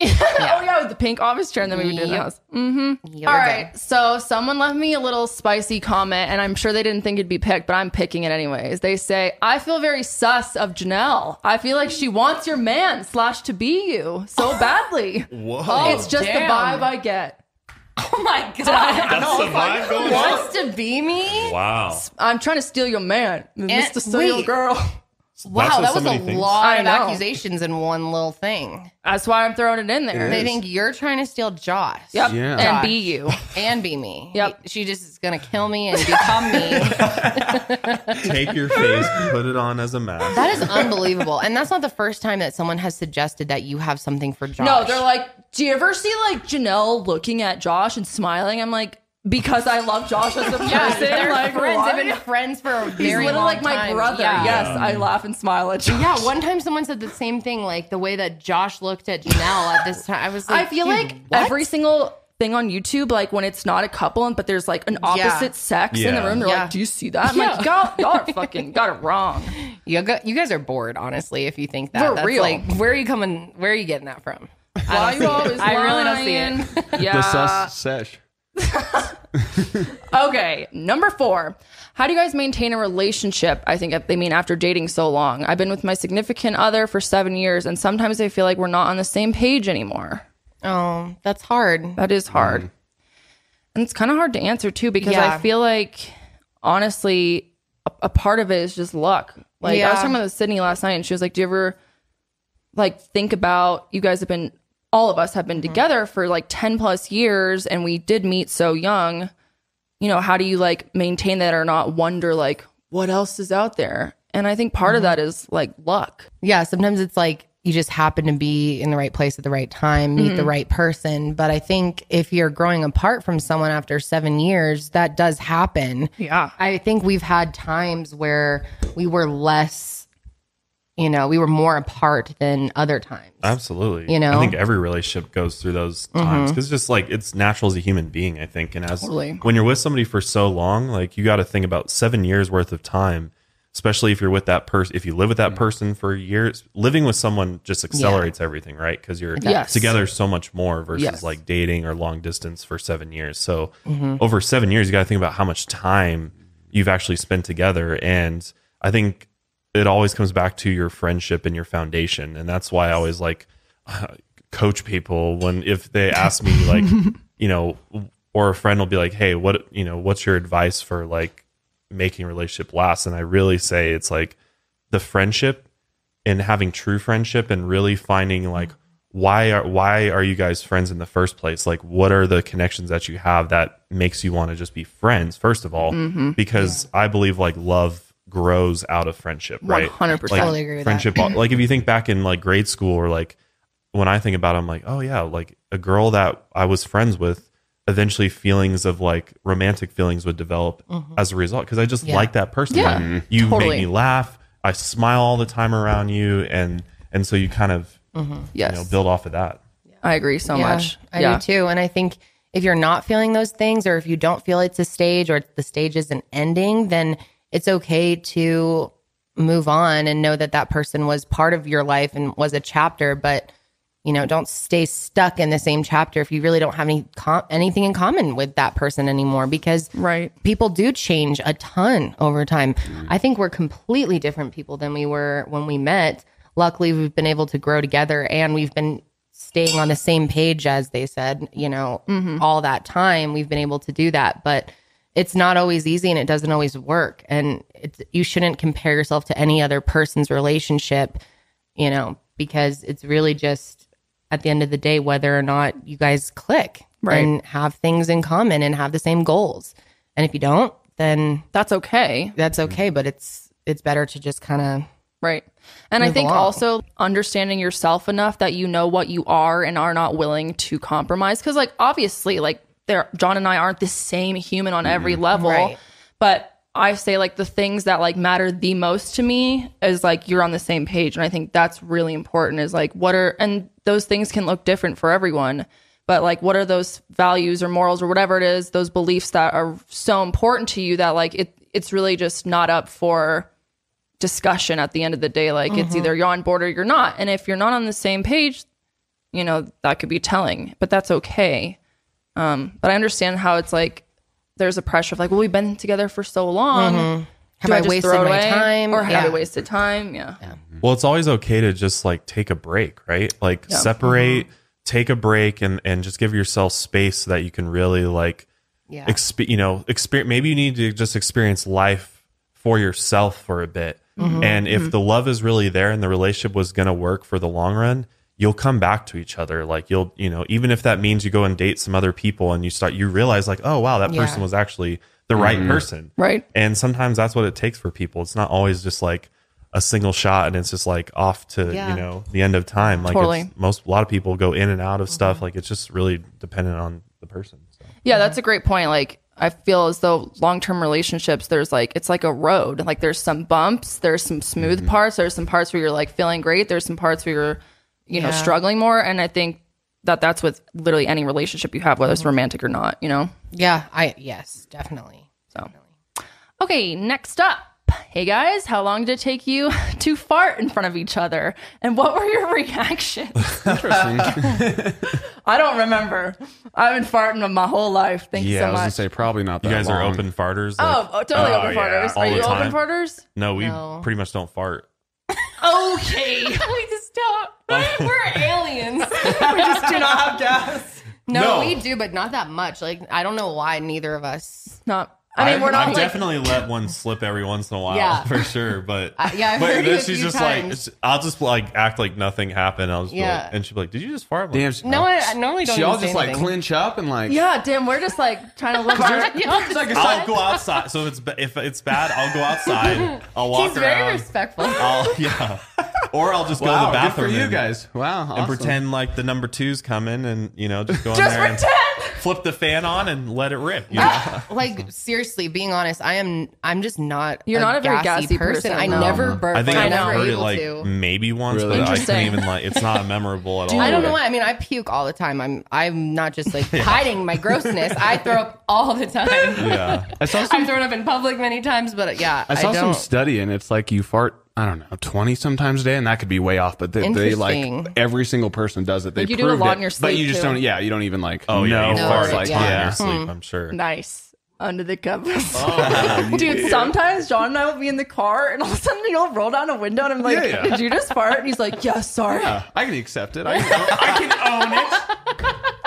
S4: Oh yeah, with the pink office chair, and then we would do it in the
S2: Yep.
S4: house.
S2: Yeah,
S4: All
S2: we're
S4: right. So someone left me a little spicy comment, and I'm sure they didn't think it'd be picked, but I'm picking it anyways. They say, I feel very sus of Janelle. I feel like she wants your man slash to be you so badly. Whoa. it's just
S2: damn.
S4: the vibe I get.
S2: good. Oh my God.
S1: That's the vibe going on.
S2: Wants to be me.
S1: Wow.
S4: I'm trying to steal your man. Mr. Steal your
S2: wait.
S4: girl.
S2: Wow, that was a lot
S4: I
S2: of
S4: know.
S2: accusations in one little thing.
S4: That's why I'm throwing it in there.
S2: They think you're trying to steal Josh.
S4: Yep.
S5: Yeah.
S4: And be you.
S2: And be me.
S4: Yep.
S2: She just is gonna kill me and become me.
S1: Take your face, put it on as a mask.
S2: That is unbelievable. And that's not the first time that someone has suggested that you have something for Josh.
S4: No, they're like, do you ever see like Janelle looking at Josh and smiling? I'm like, because I love Josh as a person.
S2: Yes, they're
S4: like,
S2: friends.
S4: what?
S2: They've been friends for a very
S4: He's literally
S2: long
S4: like my
S2: time.
S4: brother.
S2: Yeah.
S4: Yes, I laugh and smile at Josh.
S2: Yeah, one time someone said the same thing, like the way that Josh looked at Janelle at this time. I was
S4: I
S2: like,
S4: feel
S2: "Dude,
S4: like
S2: what?"
S4: every single thing on YouTube, like when it's not a couple, and but there's like an opposite sex in the
S1: Yeah.
S4: room, they're
S2: Yeah.
S4: like, "Do you see that?" I'm like, "Y'all, y'all are fucking got it wrong."
S2: you, go, you guys are bored, honestly. If you think that,
S4: We're
S2: That's
S4: real.
S2: like, where are you coming? Where are you getting that from?
S4: Why
S2: don't
S4: you
S2: see it.
S4: always
S2: I really don't see
S4: lying?
S2: it.
S4: Yeah.
S5: The sus sesh.
S4: Okay, number four. How do you guys maintain a relationship? I think they mean after dating so long. I've been with my significant other for seven years, and sometimes I feel like we're not on the same page anymore.
S2: Oh, that's hard.
S4: That is hard.
S1: Mm-hmm.
S4: And it's kind of hard to answer too because
S2: Yeah.
S4: I feel like honestly a, a part of it is just luck. Like I was
S2: Yeah.
S4: talking about with Sydney last night and she was like, "Do you ever like think about you guys have been all of us have
S2: Mm-hmm.
S4: been together for like 10 plus years and we did meet so young. You know, how do you like maintain that or not wonder like what else is out there?" And I think part of
S2: Mm-hmm.
S4: that is like luck.
S2: yeah, sometimes it's like you just happen to be in the right place at the right time, meet the right person. But I think if you're growing apart from someone after seven years, that does happen.
S4: Yeah.
S2: I think we've had times where we were less, you know, we were more apart than other times.
S1: Absolutely.
S2: You know?
S1: I think every relationship goes through those times because just like it's natural as a human being, I think. And as
S4: Totally.
S1: when you're with somebody for so long, like you got to think about seven years worth of time, especially if you're with that person, if you live with that person for years, living with someone just accelerates everything, right? Because you're
S4: Yes.
S1: together so much more versus
S4: Yes.
S1: like dating or long distance for seven years. So over seven years, you got to think about how much time you've actually spent together. And I think it always comes back to your friendship and your foundation. And that's why I always like coach people when if they ask me like you know or a friend will be like hey what you know what's your advice for like making a relationship last and i really say it's like the friendship and having true friendship and really finding like why are why are you guys friends in the first place like what are the connections that you have that makes you want to just be friends first of all because i believe like love grows out of friendship right
S4: 100%.
S1: Like,
S2: Totally agree with that.
S1: friendship like if you think back in like grade school or like when I think about it, I'm like, oh yeah, like a girl that I was friends with, eventually feelings of like romantic feelings would develop as a result because I just like that person.
S4: Mm-hmm. Yeah,
S1: Like, you
S4: totally.
S1: make me laugh. I smile all the time around you, and and so you kind of
S4: Yes.
S1: you know build off of that.
S4: I agree so
S2: Yeah,
S4: much.
S2: I do too. And I think if you're not feeling those things, or if you don't feel it's a stage, or the stage isn't ending, then it's okay to move on and know that that person was part of your life and was a chapter. But you know, don't stay stuck in the same chapter if you really don't have any com- anything in common with that person anymore, because
S4: Right.
S2: people do change a ton over time. I think we're completely different people than we were when we met. Luckily, we've been able to grow together and we've been staying on the same page, as they said, you know, all that time. We've been able to do that, but it's not always easy and it doesn't always work. And it's, you shouldn't compare yourself to any other person's relationship, you know, because it's really just at the end of the day whether or not you guys click
S4: Right.
S2: and have things in common and have the same goals. And if you don't, then
S4: That's okay.
S2: that's okay. But it's it's better to just kind of
S4: Right. And I think
S2: along.
S4: also understanding yourself enough that you know what you are and are not willing to compromise. Cause like obviously, like there John and I aren't the same human on every level.
S2: Right.
S4: But I say like the things that like matter the most to me is like you're on the same page. And I think that's really important is like what are and those things can look different for everyone. But like what are those values or morals or whatever it is, those beliefs that are so important to you that like it it's really just not up for discussion at the end of the day. Like
S2: Mm-hmm.
S4: it's either you're on board or you're not. And if you're not on the same page, you know, that could be telling, but that's okay. Um, but I understand how it's like there's a pressure of like, well, we've been together for so long.
S2: Mm-hmm. Have I wasted my time?
S4: Or have I
S2: Yeah.
S4: wasted time? Yeah.
S1: Well, it's always okay to just like take a break, right? Like separate,
S2: Mm-hmm.
S1: take a break, and and just give yourself space so that you can really like,
S2: Yeah.
S1: exp- you know, experience. Maybe you need to just experience life for yourself for a bit.
S2: Mm-hmm.
S1: And if the love is really there and the relationship was going to work for the long run, you'll come back to each other. Like you'll, you know, even if that means you go and date some other people and you start, you realize like, oh wow, that
S2: Yeah.
S1: person was actually the right person.
S4: Right.
S1: And sometimes that's what it takes for people. It's not always just like a single shot and it's just like off to,
S2: Yeah.
S1: you know, the end of time. Like
S4: Totally. Mm-hmm.
S1: it's, most, a lot of people go in and out of stuff. Like it's just really dependent on the person. So.
S4: Yeah, that's a great point. Like I feel as though long-term relationships, there's like it's like a road. Like there's some bumps, there's some smooth
S5: Mm-hmm.
S4: parts, there's some parts where you're like feeling great, there's some parts where you're, you know,
S2: Yeah.
S4: struggling more. And I think that that's with literally any relationship you have, whether it's
S5: Mm-hmm.
S4: romantic or not. You know.
S2: Yeah, I yes, definitely.
S4: So. Okay, next up. Hey guys, how long did it take you to fart in front of each other? And what were your reactions?
S5: Interesting.
S4: I don't remember. I've been farting my whole life. Thank you
S5: yeah, I
S4: so
S5: was gonna
S4: much.
S5: say probably not that.
S1: You guys are
S5: long.
S1: open farters. like- uh,
S4: Oh, oh, totally
S5: Oh,
S4: open
S5: yeah.
S4: farters.
S1: All
S4: Are
S1: the
S4: you open
S1: time.
S4: farters?
S1: no, we
S2: No.
S1: pretty much don't fart.
S4: Okay.
S2: We just don't. We're aliens.
S4: we just do not have gas.
S5: No.
S2: No, we do, but not that much. Like I don't know why neither of us.
S4: Not. I mean, we're not
S1: I've
S4: like.
S1: definitely let one slip every once in a while
S2: Yeah.
S1: for sure, but
S2: I- yeah, I've
S1: but
S2: heard
S1: then
S2: it a
S1: she's
S2: few
S1: just
S2: times.
S1: like, I'll just like act like nothing happened. I'll just yeah.
S2: Yeah.
S1: and she'd be like, "Did you just fart?" I'm like,
S5: Damn.
S2: No, I, I normally don't.
S5: She
S2: even
S5: all
S2: say
S5: just like
S2: anything.
S5: clinch up and like.
S4: yeah, damn. We're just like trying to live our.
S2: Yeah.
S5: Like a
S1: I'll
S5: side-
S1: go outside. So if it's ba- if it's bad, I'll go outside. I'll walk
S2: He's
S1: around.
S2: very respectful.
S1: I'll, yeah, or I'll just go to
S5: wow,
S1: the bathroom.
S5: good for you
S1: and-
S5: guys. Wow, awesome.
S1: and pretend like the number two's coming, and you know, just go in
S4: Just
S1: there and
S4: pretend.
S1: flip the fan on and let it rip. You know?
S2: like seriously, being honest, I am. I'm just not.
S4: You're not a very gassy person,
S2: I
S4: no.
S2: never burp.
S1: I think
S2: I'm
S1: I've
S2: never
S1: heard it
S2: able
S1: like
S2: to.
S1: maybe once,
S5: Really?
S1: but I
S4: Interesting.
S1: can't even like. It's not memorable at all.
S2: I don't know why. I mean, I puke all the time. I'm. I'm not just like hiding my grossness. I throw up all the time.
S1: Yeah,
S5: I saw some.
S2: I've thrown up in public many times, but uh, yeah,
S5: I saw some
S2: don't.
S5: study, and it's like you fart. I don't know, twenty sometimes a day, and that could be way off. But they, they like
S2: Interesting.
S5: every single person does it. They
S4: you do it a
S5: proved
S4: lot in your
S5: but
S4: sleep,
S5: you just
S4: too.
S5: don't. Yeah, you don't even like.
S1: Oh yeah, you no,
S5: know, or
S1: farted
S5: it's
S1: like
S2: farted,
S5: like
S2: yeah.
S1: yeah.
S5: yeah.
S1: sleep. I'm sure.
S4: Nice. Under the covers.
S1: Oh,
S4: Dude, sometimes John and I will be in the car and all of a sudden you'll roll down a window and I'm like,
S5: Yeah, yeah.
S4: Did you just fart? And he's like, Yeah, sorry.
S5: Yeah, I can accept it. I can, I can own it.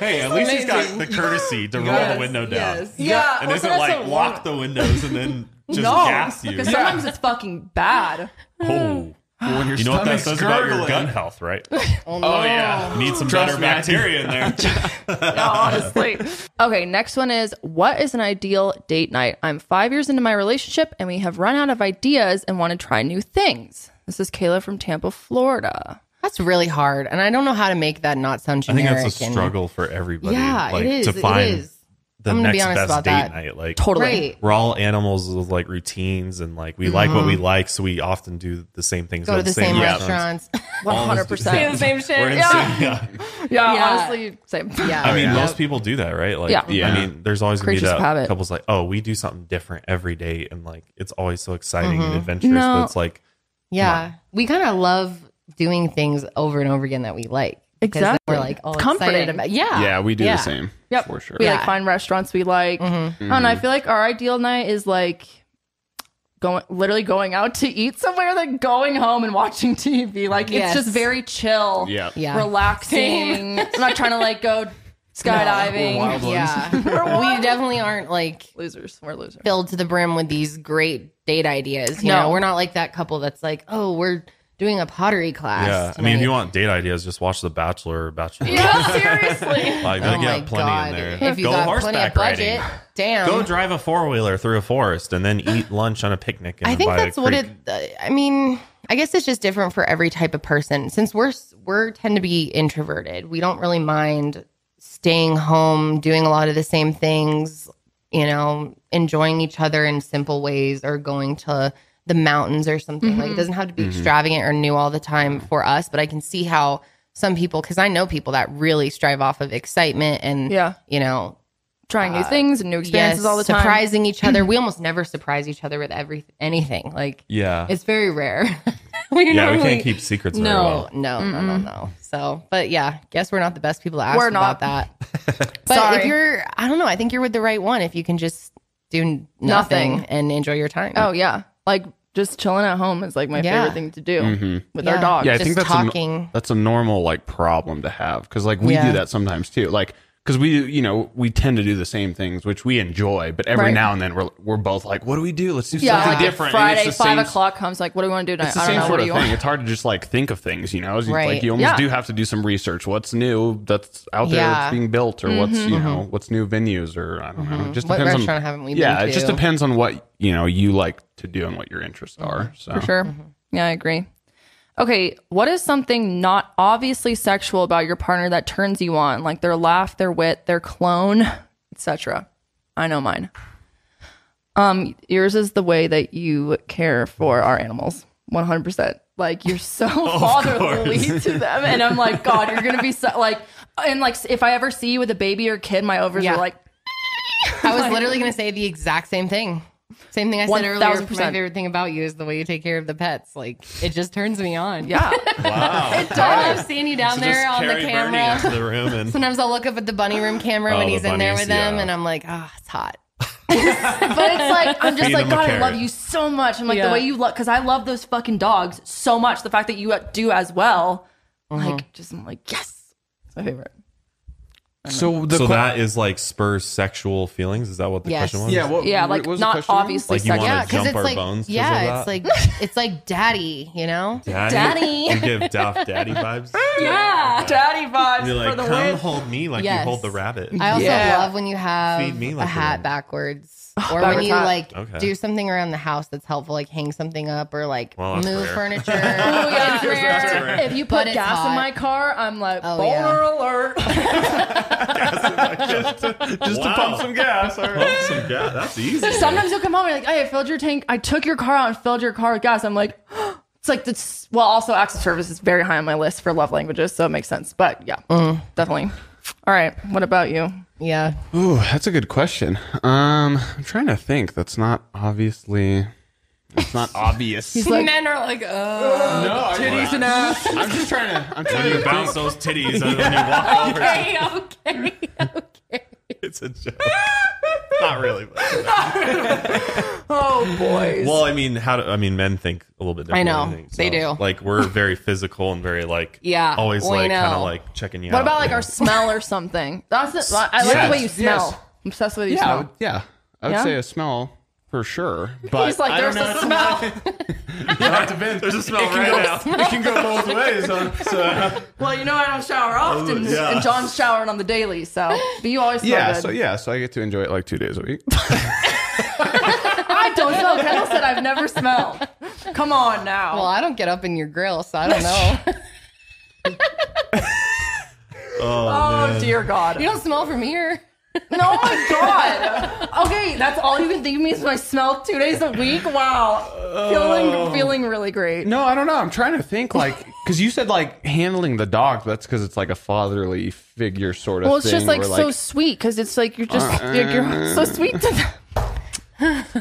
S1: Hey, at least he's got the courtesy to roll the
S5: Yes,
S1: window down.
S5: yes.
S4: Yeah,
S1: And
S4: well,
S1: isn't
S4: so that's
S1: like
S4: so
S1: lock
S4: long.
S1: the windows and then just
S4: no,
S1: gas you.
S4: because sometimes it's fucking bad.
S1: Oh,
S5: When your
S1: you know what that
S5: stomach's
S1: says about your
S5: gurgling.
S1: gut health, right?
S2: Oh,
S1: You need some better
S5: Trust me, I can-
S1: bacteria in there.
S4: honestly. okay, next one is what is an ideal date night? I'm five years into my relationship and we have run out of ideas and want to try new things. This is Kayla from Tampa, Florida.
S2: That's really hard, and I don't know how to make that not sound
S1: I think
S2: generic.
S1: that's a
S2: and-
S1: struggle for everybody.
S2: Yeah,
S1: like,
S2: it is.
S1: to find
S2: it is.
S1: the
S2: I'm gonna be
S1: next
S2: honest
S1: best
S2: about
S1: date
S2: that.
S1: night. Like
S4: Totally.
S2: Right.
S1: we're all animals with like routines and like we like what we like, so we often do the same things.
S2: Mm-hmm. Go
S1: at
S2: to the same
S1: restaurants.
S2: restaurants.
S4: 100%.
S2: same
S1: We're
S2: shit.
S1: in
S2: Yeah.
S1: sync, yeah.
S4: Yeah,
S2: Yeah.
S4: honestly, same.
S2: Yeah.
S1: I mean,
S5: yeah.
S1: most people do that, right? Like,
S4: Yeah.
S5: Yeah.
S1: I mean, there's always gonna
S4: Creatures
S1: be
S4: of
S1: that
S4: habit.
S1: couples like, oh, we do something different every day, and like it's always so exciting
S2: Mm-hmm.
S1: and adventurous.
S4: No.
S1: But it's like,
S2: Yeah. We kind of love doing things over and over again that we like. Because then
S4: Exactly.
S2: We're like all
S4: It's comforting.
S2: excited about. Yeah.
S5: Yeah, we do
S2: Yeah.
S5: the same.
S4: Yep.
S5: for sure.
S4: We
S2: Yeah. Mm-hmm.
S4: like find restaurants we like. I don't know. I feel like our ideal night is like going literally going out to eat somewhere, then going home and watching TV. Like
S2: Yes.
S4: it's just very chill.
S5: Yeah.
S2: Yeah.
S4: Relaxing. I'm not trying to like go skydiving.
S5: wild ones.
S2: Yeah. we definitely aren't like
S4: Losers. We're losers.
S2: filled to the brim with these great date ideas. You
S4: No.
S2: know, we're not like that couple that's like, oh, we're doing a pottery class.
S1: yeah. I mean, if
S2: tonight.
S1: you want date ideas, just watch The Bachelor or Bachelor.
S4: Yeah, seriously.
S1: Like,
S2: Oh
S1: they
S2: my
S1: got plenty
S2: God.
S1: in there.
S2: If you
S1: Go
S2: got plenty of
S1: horseback
S2: budget, um,
S1: riding.
S2: damn.
S1: Go drive a four wheeler through a forest and then eat lunch on a picnic. And
S2: I think
S1: by a
S2: that's what
S1: creek.
S2: it. uh, I mean, I guess it's just different for every type of person. Since we're s- we're tend to be introverted, we don't really mind staying home, doing a lot of the same things. You know, enjoying each other in simple ways, or going to the mountains or something. Like
S1: Mm-hmm.
S2: it doesn't have to be extravagant or new all the time for us. But I can see how some people, because I know people that really strive off of excitement and
S4: Yeah.
S2: you know
S4: Trying
S2: Uh,
S4: new things and new experiences all the time.
S2: surprising each other. We almost never surprise each other with every anything. Like
S1: Yeah.
S2: it's very rare. we
S1: yeah, we
S2: normally-
S1: can't keep secrets very
S2: No,
S1: well.
S2: no, no, no, no. So, but yeah, guess we're not the best people to ask
S4: We're not.
S2: about that. But if
S4: Sorry.
S2: you're, I don't know, I think you're with the right one. If you can just do n- nothing,
S4: Nothing.
S2: and enjoy your time.
S4: Oh yeah. Like just chilling at home is like my
S2: Yeah.
S4: favorite thing to do with
S2: Yeah.
S4: our dog.
S5: Mm-hmm. yeah, I
S2: just
S5: think that's A,
S2: talking.
S5: no- that's a normal like problem to have because like we
S2: Yeah.
S5: do that sometimes too. Like because we you know we tend to do the same things which we enjoy, but every
S4: Right.
S5: now and then we're we're both like, what do we do? Let's do
S4: Yeah,
S5: something
S4: like
S5: different. And
S4: Friday,
S5: it's the
S4: five
S5: same-
S4: o'clock comes. Like, what do we want to do tonight?
S5: It's the
S4: I don't
S5: same
S4: know. What
S5: sort
S4: do
S5: of
S4: you
S5: thing.
S4: want?
S5: It's hard to just like think of things, you know. It's
S2: Right.
S5: Like you almost
S4: Yeah.
S5: do have to do some research. What's new? That's out there
S2: Yeah.
S5: that's being built, or what's you
S4: Mm-hmm.
S5: know what's new venues, or I don't know. It just
S2: What
S5: depends on
S2: restaurant haven't we been
S5: Yeah, it just
S2: to?
S5: depends
S4: Mm-hmm.
S5: on what you know you like to do and what your interests are. So
S4: For sure. Yeah, I agree. Okay, what is something not obviously sexual about your partner that turns you on? Like their laugh, their wit, their clone, etc. I know mine. Um, yours is the way that you care for our animals. 100%. Like you're so fatherly to them and I'm like, god, you're going to be so like and like if I ever see you with a baby or kid, my overs
S2: Yeah.
S4: are like
S2: I was literally going to say the exact same thing. Same thing I said earlier. My
S4: 1000%.
S2: favorite thing about you is the way you take care of the pets. Like it just turns me on.
S4: yeah.
S1: Wow.
S2: I love seeing you down
S1: So
S2: there
S1: just
S2: on the
S1: carry Bernie
S2: camera.
S1: into the room and
S2: Sometimes I'll look up at the bunny room camera
S1: Oh,
S2: when
S1: the
S2: he's in there
S1: bunnies,
S2: with them,
S1: yeah.
S2: and I'm like, ah, it's hot.
S4: But it's like I'm just
S1: Feed
S4: like
S1: them a
S4: God, I love
S1: carrot.
S4: you so much. I'm like
S2: Yeah.
S4: the way you look because I love those fucking dogs so much. The fact that you uh, do as well,
S2: Uh-huh.
S4: like just I'm like yes, it's my favorite.
S5: So the
S1: so
S5: que-
S1: that is like spurs sexual feelings. Is that what the
S2: Yes.
S1: question was?
S5: yeah, what,
S4: Yeah,
S5: what
S4: like
S5: was the
S4: not
S5: question again?
S4: obviously
S1: Like, you
S4: sexual.
S1: wanna-
S2: Yeah, because
S1: jump
S2: it's
S1: our
S2: like,
S1: bones 'cause of
S2: yeah,
S1: that?
S2: it's like, it's like daddy, you know.
S1: Daddy. You give Daft Daddy vibes.
S4: Yeah, daddy vibes
S1: You're
S4: for
S1: like,
S4: the
S1: come
S4: win.
S1: hold me like
S2: Yes.
S1: you hold the rabbit.
S2: I also
S4: Yeah.
S2: love when you have
S1: Feed me
S2: a
S1: like
S2: hat
S1: a-
S2: backwards, or
S4: Backwards
S2: when you
S4: hat.
S2: like
S1: Okay.
S2: do something around the house that's helpful, like hang something up or like
S1: Well, that's
S2: move
S1: rare.
S2: furniture.
S4: Oh, yeah, it's rare.
S1: rare.
S4: If you
S2: But
S4: put
S2: it's
S4: gas in
S2: hot.
S4: my car, I'm like
S2: Oh,
S4: boner
S2: yeah.
S4: alert.
S1: Just to pump some gas. Pump some gas. That's easy.
S4: Sometimes you'll come home and you're like, hey, I filled your tank. I took your car out and filled your car with gas. I'm like, it's like this. Well, also acts of service is very high on my list for love languages, so it makes sense. But yeah, definitely. All right, what about you?
S2: yeah,
S5: Ooh, that's a good question. Um, I'm trying to think. That's not obviously. It's not obvious.
S4: He's like,
S2: men are like, oh,
S5: titties and ass. I'm just trying to. I'm trying
S1: You
S5: to
S1: bounce those titties and then you walk over.
S2: okay, okay, okay.
S1: It's a joke. Not really. But
S4: oh boys.
S1: well, I mean, how do I mean? Men think a little bit
S2: I
S1: differently.
S2: know.
S1: think,
S2: They do.
S1: Like we're very physical and very like
S2: Yeah.
S1: always
S2: We
S1: like kind
S2: know.
S1: of like checking you
S4: what
S1: out.
S4: about like
S1: you
S4: our
S1: know?
S4: smell or something? That's it. I like
S5: Yes,
S4: the way you
S5: yes.
S4: smell. I'm obsessed with your
S5: Yeah, I would,
S4: smell.
S5: yeah. I would
S4: Yeah?
S5: say a smell for sure, but
S4: He's like,
S5: I don't
S4: there's
S5: know.
S4: a smell.
S1: There's a smell right now.
S5: It can go both ways. huh? So,
S4: well, you know I don't shower often,
S1: yeah.
S4: and John's showering on the daily, so but you always smell
S5: yeah,
S4: good.
S5: so yeah, so I get to enjoy it like two days a week.
S4: I don't smell. Kendall said I've never smelled. Come on now.
S2: Well, I don't get up in your grill, so I don't know.
S4: oh dear God.
S2: you don't smell from here.
S4: Oh my god! Okay, that's all you can think of me is when I smell two days a week. Wow,
S5: Oh.
S4: feeling feeling really great.
S5: No, I don't know. I'm trying to think, like, because you said like handling the dog. but That's because it's like a fatherly figure sort of.
S4: Well, it's just
S5: thing
S4: like,
S5: where,
S4: so sweet because it's like you're just
S5: Uh,
S4: like, you're so sweet to them.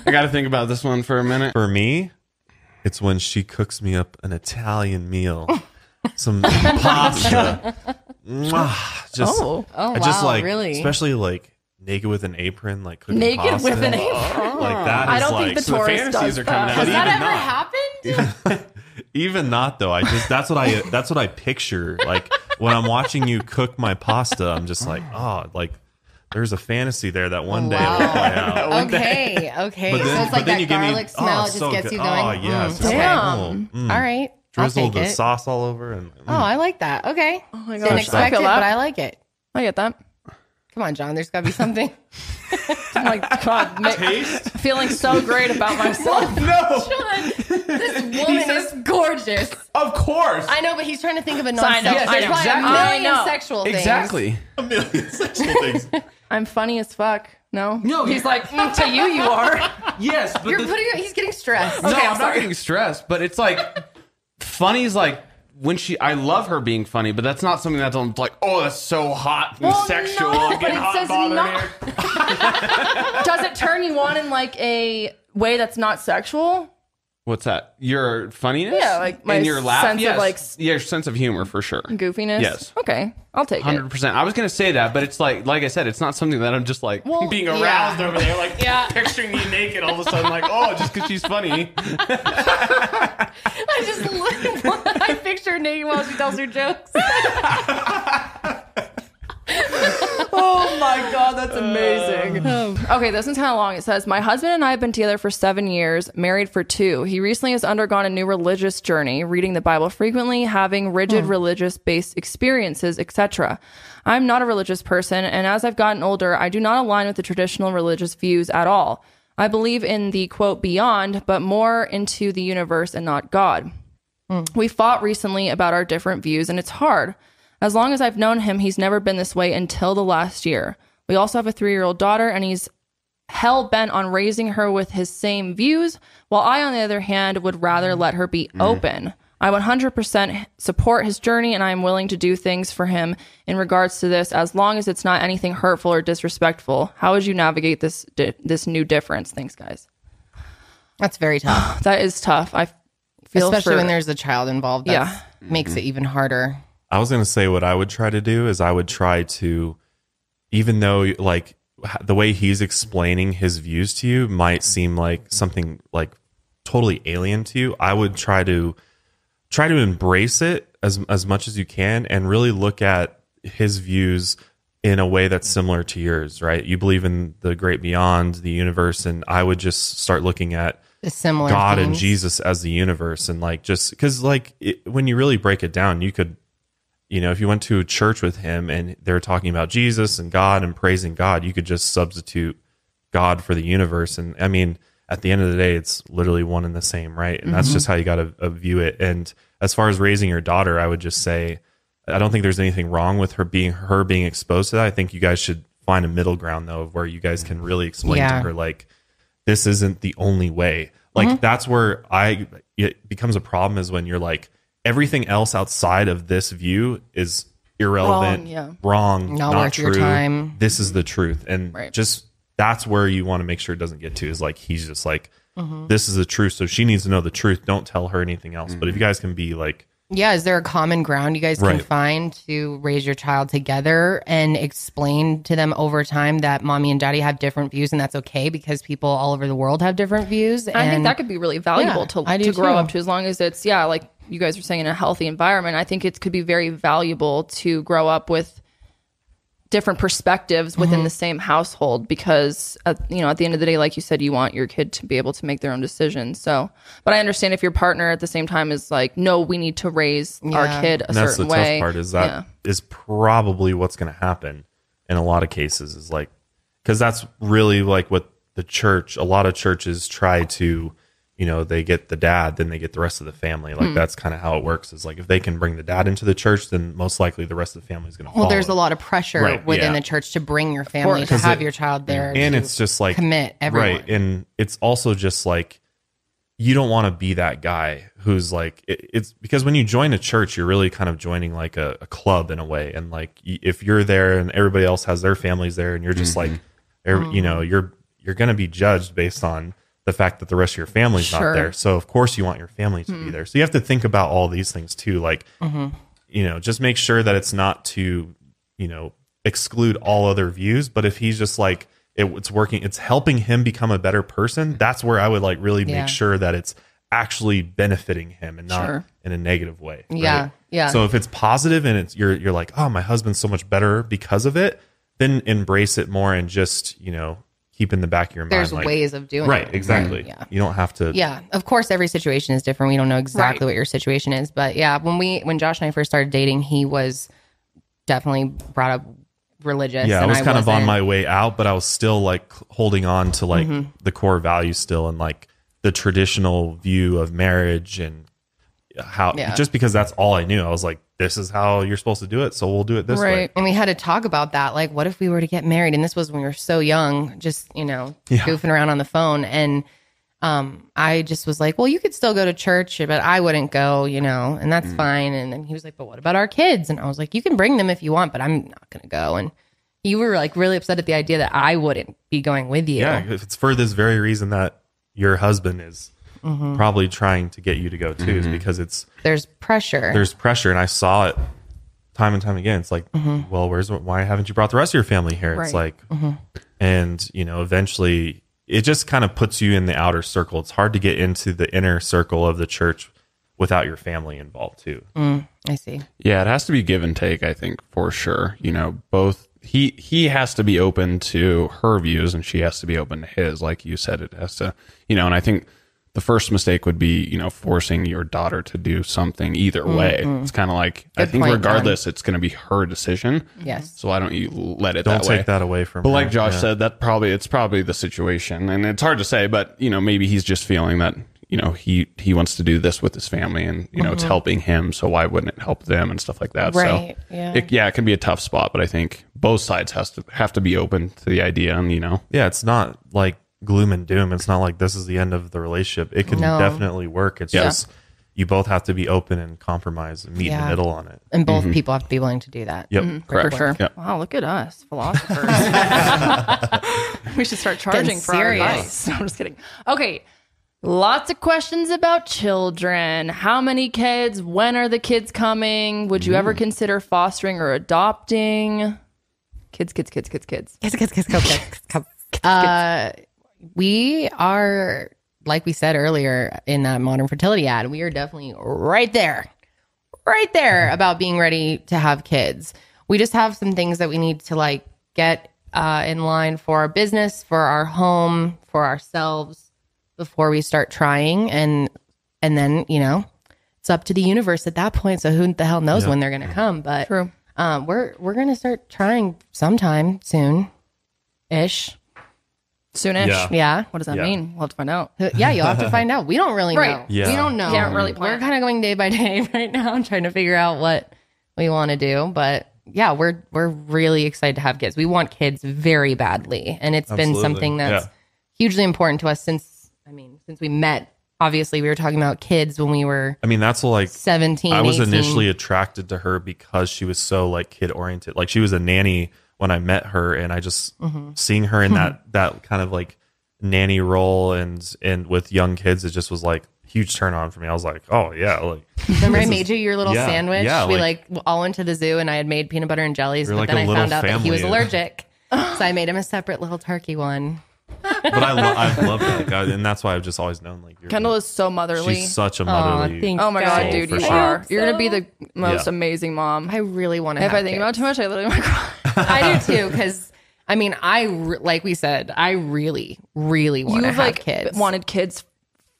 S5: I got to think about this one for a minute.
S1: For me, it's when she cooks me up an Italian meal, some pasta. Mwah. just,
S4: Oh.
S1: I just
S2: wow,
S1: like,
S2: really?
S1: especially like naked with an apron, like cooking
S4: Naked
S1: pasta.
S4: with an apron.
S1: Like that
S4: I
S1: is,
S4: don't
S1: like
S4: think the tourist
S5: fantasies
S4: does
S5: are coming
S4: that.
S5: out.
S2: Has that
S1: even
S2: ever
S1: not.
S2: happened?
S1: Even not though. I just that's what I that's what I picture. Like when I'm watching you cook my pasta, I'm just like, oh, like there's a fantasy there that one day
S2: Wow.
S1: will play out.
S2: okay, okay.
S1: But then,
S2: so
S1: but
S2: it's
S1: then
S2: like that
S1: you give me
S2: garlic smell.
S1: oh,
S2: it just
S1: so
S2: gets
S1: good.
S2: you going.
S1: Oh yeah, it's
S2: Mm,
S1: just
S2: okay.
S1: like,
S4: Damn.
S1: mm, mm.
S2: All right. I'll
S1: drizzle
S2: take
S1: the
S2: it.
S1: sauce all over and mm.
S2: Oh, I like that. Okay. Oh
S4: my gosh.
S2: Didn't
S4: I
S2: expect
S4: feel
S2: it,
S4: that.
S2: but I like it.
S4: I get that.
S2: Come on, John. There's got to be something.
S4: I'm like Oh God, ma- feeling so great about myself.
S5: No,
S2: this woman is gorgeous.
S5: of course,
S2: I know, but he's trying to think of a
S4: I know,
S2: non-sexual.
S4: I
S2: There's
S4: know. Exactly.
S2: probably a
S4: I know.
S5: exactly.
S2: million sexual things.
S1: a million sexual things.
S4: I'm funny as fuck. No,
S5: No,
S4: He's
S5: you-
S4: like mm, to you, you are.
S5: Yes, but
S2: You're
S5: the-
S2: putting. He's getting stressed.
S5: no,
S4: Okay, I'm
S5: I'm, not
S4: sorry.
S5: getting stressed. But it's like funny's like when she. I love her being funny, but that's not something that's on, like, oh, that's so hot and
S4: Well,
S5: sexual.
S4: no,
S5: I'm
S4: but
S5: getting
S4: it
S5: hot
S4: says
S5: and bothered
S4: not-
S5: here.
S4: Does it turn you on in like a way that's not sexual?
S5: What's that? Your funniness?
S4: Yeah, like my
S5: and your laugh?
S4: sense of,
S5: yes.
S4: like,
S5: yeah, your sense of humor for sure.
S4: Goofiness.
S5: Yes.
S4: Okay, I'll take it.
S5: Hundred percent. I was gonna say that, but it's like, like I said, it's not something that I'm just like
S4: Well,
S5: being
S2: yeah.
S5: aroused over there, like picturing you naked all of a sudden, like oh, just because she's funny.
S2: I just look. I picture her naked while she tells her jokes.
S4: Oh my god, that's amazing.
S5: Uh, oh.
S4: okay, this one's kind of long. It says, "My husband and I have been together for seven years, married for two. He recently has undergone a new religious journey, reading the Bible frequently, having
S5: Hmm.
S4: rigid religious-based experiences, etc. I'm not a religious person, and as I've gotten older, I do not align with the traditional religious views at all. I believe in the quote beyond, but more into the universe and not God." We fought recently about our different views, and it's hard. As long as I've known him, he's never been this way until the last year. We also have a three year old daughter, and he's hell bent on raising her with his same views, while I, on the other hand, would rather let her be open. I 100% support his journey, and I am willing to do things for him in regards to this, as long as it's not anything hurtful or disrespectful. How would you navigate this di- this new difference? Thanks, guys.
S2: That's very tough,
S4: That is tough. I feel
S2: especially
S4: for-
S2: when there's a child involved. That makes it even harder.
S1: I was gonna say what I would try to do is I would try to, even though like h- the way he's explaining his views to you might seem like something like totally alien to you, I would try to try to embrace it as as much as you can and really look at his views in a way that's similar to yours. Right? You believe in the great beyond, the universe, and I would just start looking at
S2: The similar
S1: God and
S2: themes.
S1: Jesus as the universe, and like just because like it, when you really break it down, you could, you know, if you went to a church with him and they're talking about Jesus and God and praising God, you could just substitute God for the universe, and I mean, at the end of the day, it's literally one and the same, right? And
S2: Mm-hmm.
S1: that's just how you got to uh, view it. And as far as raising your daughter, I would just say, I don't think there's anything wrong with her being her being exposed to that. I think you guys should find a middle ground though, of where you guys can really explain
S2: Yeah.
S1: to her like this isn't the only way. Like
S2: Mm-hmm.
S1: that's where I it becomes a problem is when you're like everything else outside of this view is irrelevant,
S4: Wrong, yeah.
S1: wrong,
S2: Not
S1: not,
S2: worth
S1: true.
S2: your time.
S1: This is the truth, and
S4: Right.
S1: just that's where you want to make sure it doesn't get to is like he's just like
S2: Mm-hmm.
S1: this is the truth, so she needs to know the truth. Don't tell her anything else.
S2: Mm-hmm.
S1: But if you guys can be like
S2: Yeah, is there a common ground you guys
S1: Right.
S2: can find to raise your child together and explain to them over time that mommy and daddy have different views and that's okay because people all over the world have different views?
S4: I think
S2: and
S4: that could be really valuable
S2: Yeah, I
S4: to,
S2: do
S4: to grow
S2: too.
S4: up to as long as it's, yeah, like you guys were saying, in a healthy environment. I think it could be very valuable to grow up with different perspectives within
S2: Mm-hmm.
S4: the same household because at, you know at the end of the day like you said you want your kid to be able to make their own decisions so but i understand if your partner at the same time is like no we need to raise
S2: Yeah.
S4: our kid a
S1: and that's the
S4: certain way
S1: tough part is that is
S4: Yeah.
S1: probably what's going to happen in a lot of cases is like because that's really like what the church a lot of churches try to you know they get the dad then they get the rest of the family like that's kind of how it works is like if they can bring the dad into the church then most likely the rest of the family is going to
S2: well, there's a lot of pressure
S1: Right,
S2: within
S1: yeah.
S2: the church to bring your family to
S1: because
S2: have
S1: it-
S2: your child there.
S1: and
S2: to-
S1: it's just like
S2: commit everyone.
S1: right and it's also just like you don't want to be that guy who's like it, it's because when you join a church you're really kind of joining like a, a club in a way and like y- if you're there and everybody else has their families there and you're just like every, you know you're you're going to be judged based on the fact that the rest of your family's not
S4: Sure.
S1: there so of course you want your family to be there so you have to think about all these things too like you know, just make sure that it's not to, you know, exclude all other views. But if he's just like, it, it's working, it's helping him become a better person. That's where I would like really
S2: Yeah.
S1: make sure that it's actually benefiting him and not
S4: Sure.
S1: in a negative way. right?
S2: Yeah, yeah.
S1: So if it's positive and it's you're you're like, oh, my husband's so much better because of it, then embrace it more and just you know keep in the back of your
S2: there's
S1: mind, like,
S2: ways of doing
S1: right,
S2: it.
S1: exactly.
S2: Yeah.
S1: You don't have to.
S2: Yeah, of course, every situation is different. We don't know exactly
S4: Right.
S2: what your situation is, but yeah, when we when Josh and I first started dating, he was definitely brought up religious.
S1: yeah, I
S2: and
S1: was kind of on
S2: wasn't.
S1: my way out, but I was still like holding on to like
S2: Mm-hmm.
S1: the core values still and like the traditional view of marriage and how
S2: Yeah.
S1: just because that's all I knew. I was like, this is how you're supposed to do it, so we'll do it this way.
S4: Right.
S2: And we had to talk about that. Like, what if we were to get married? And this was when we were so young, just, you know, goofing around on the phone. And um, I just was like, well, you could still go to church, but I wouldn't go, you know, and
S1: Mm.
S2: that's fine. And then he was like, but what about our kids? And I was like, you can bring them if you want, but I'm not going to go. And you were like really upset at the idea that I wouldn't be going with you.
S1: Yeah, if it's for this very reason that your husband is
S2: Mm-hmm.
S1: probably trying to get you to go too, is because it's
S2: There's pressure.
S1: there's pressure, and I saw it time and time again. It's like, well, where's why haven't you brought the rest of your family here? It's
S4: Right.
S1: like, and you know, eventually, it just kind of puts you in the outer circle. It's hard to get into the inner circle of the church without your family involved too.
S2: I see.
S5: Yeah, it has to be give and take, I think, for sure. You know, both he he has to be open to her views and she has to be open to his, like you said, it has to you know, and I think the first mistake would be, you know, forcing your daughter to do something either way. It's kind of like I
S2: Mm-hmm. Good
S5: think
S2: point,
S5: regardless it's going to be her decision.
S2: Yes.
S5: So why don't you let it
S1: Don't
S5: that way?
S1: take that away from.
S5: But
S1: her.
S5: like Josh
S1: Yeah.
S5: said, that probably it's probably the situation, and it's hard to say. But you know, maybe he's just feeling that you know he he wants to do this with his family and you know
S4: Mm-hmm.
S5: it's helping him so why wouldn't it help them and stuff like that
S2: Right,
S5: so
S2: yeah.
S5: it, yeah it can be a tough spot but i think both sides has to have to be open to the idea and you know
S1: yeah, it's not like gloom and doom. It's not like this is the end of the relationship. It can
S2: No.
S1: definitely work. It's just you both have to be open and compromise and meet in
S2: Yeah.
S1: the middle on it.
S2: and both people have to be willing to do that.
S1: Mm-hmm. Yep.
S4: for
S5: correct
S4: sure.
S5: Yeah.
S4: Wow, look at us, philosophers. we should start charging
S2: Getting
S4: for our
S2: serious.
S4: advice. No, I'm just kidding. Okay. Lots of questions about children. How many kids? When are the kids coming? Would you ever consider fostering or adopting? Kids, kids, kids, kids, kids.
S2: Kiss, kiss, kiss, kiss, kiss, kiss, kiss. Uh, we are, like we said earlier in that modern fertility ad, we are definitely right there, right there
S4: Mm-hmm.
S2: about being ready to have kids. We just have some things that we need to like get uh, in line for our business, for our home, for ourselves before we start trying, and and then you know it's up to the universe at that point. So who the hell knows when they're gonna come? But
S4: True.
S2: um, we're we're gonna start trying sometime soon, ish.
S4: Soonish.
S1: Yeah.
S2: Yeah,
S4: What does that
S1: Yeah.
S4: mean? We'll have to find out.
S2: yeah. You'll have to find out. We don't really
S4: Right.
S2: know.
S1: Yeah.
S2: We don't know.
S4: Can't really
S2: We're
S4: plan.
S2: kind of going day by day right now, trying to figure out what we want to do. But yeah, we're we're really excited to have kids. We want kids very badly, and it's been
S1: Absolutely.
S2: something that's
S1: Yeah.
S2: hugely important to us since I mean since we met. Obviously, we were talking about kids when we were
S1: I mean, that's like
S2: 17.
S1: I was
S2: 18.
S1: initially attracted to her because she was so like kid oriented. Like she was a nanny when I met her, and I just seeing her in that that kind of like nanny role and and with young kids, it just was like huge turn on for me. I was like, oh yeah, like
S2: Remember, I made you your little
S1: yeah,
S2: sandwich.
S1: yeah,
S2: we like,
S1: like-
S2: all went to the zoo, and I had made peanut butter and jellies,
S1: We're
S2: but
S1: like
S2: then
S1: a
S2: I
S1: little
S2: found out that he was
S1: family.
S2: allergic, so I made him a separate little turkey one.
S1: but I lo- I love that, guy, and that's why I've just always known like you're,
S4: Kendall is so motherly.
S1: she's such a
S2: Aw,
S1: motherly.
S2: thank
S4: oh my
S2: God.
S4: God, dude.
S1: for
S4: You
S1: sure.
S4: are.
S1: I
S4: You're going to be the most
S1: Yeah.
S4: amazing mom.
S2: I really want to.
S4: If I think about it too much, I literally might cry.
S2: I do too. Because I mean, I re- like we said, I really, really want to
S4: You've
S2: have
S4: like
S2: kids.
S4: wanted kids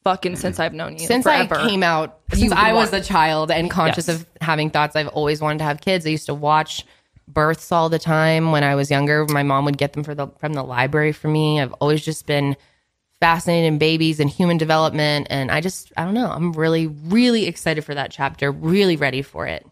S4: fucking since I've known you.
S2: since
S4: forever.
S2: I came out, since I was a child and conscious
S4: Yes.
S2: of having thoughts, I've always wanted to have kids. I used to watch births all the time when I was younger. My mom would get them for the, from the library for me. I've always just been fascinated in babies and human development. And I just, I don't know, I'm really, really excited for that chapter, really ready for it.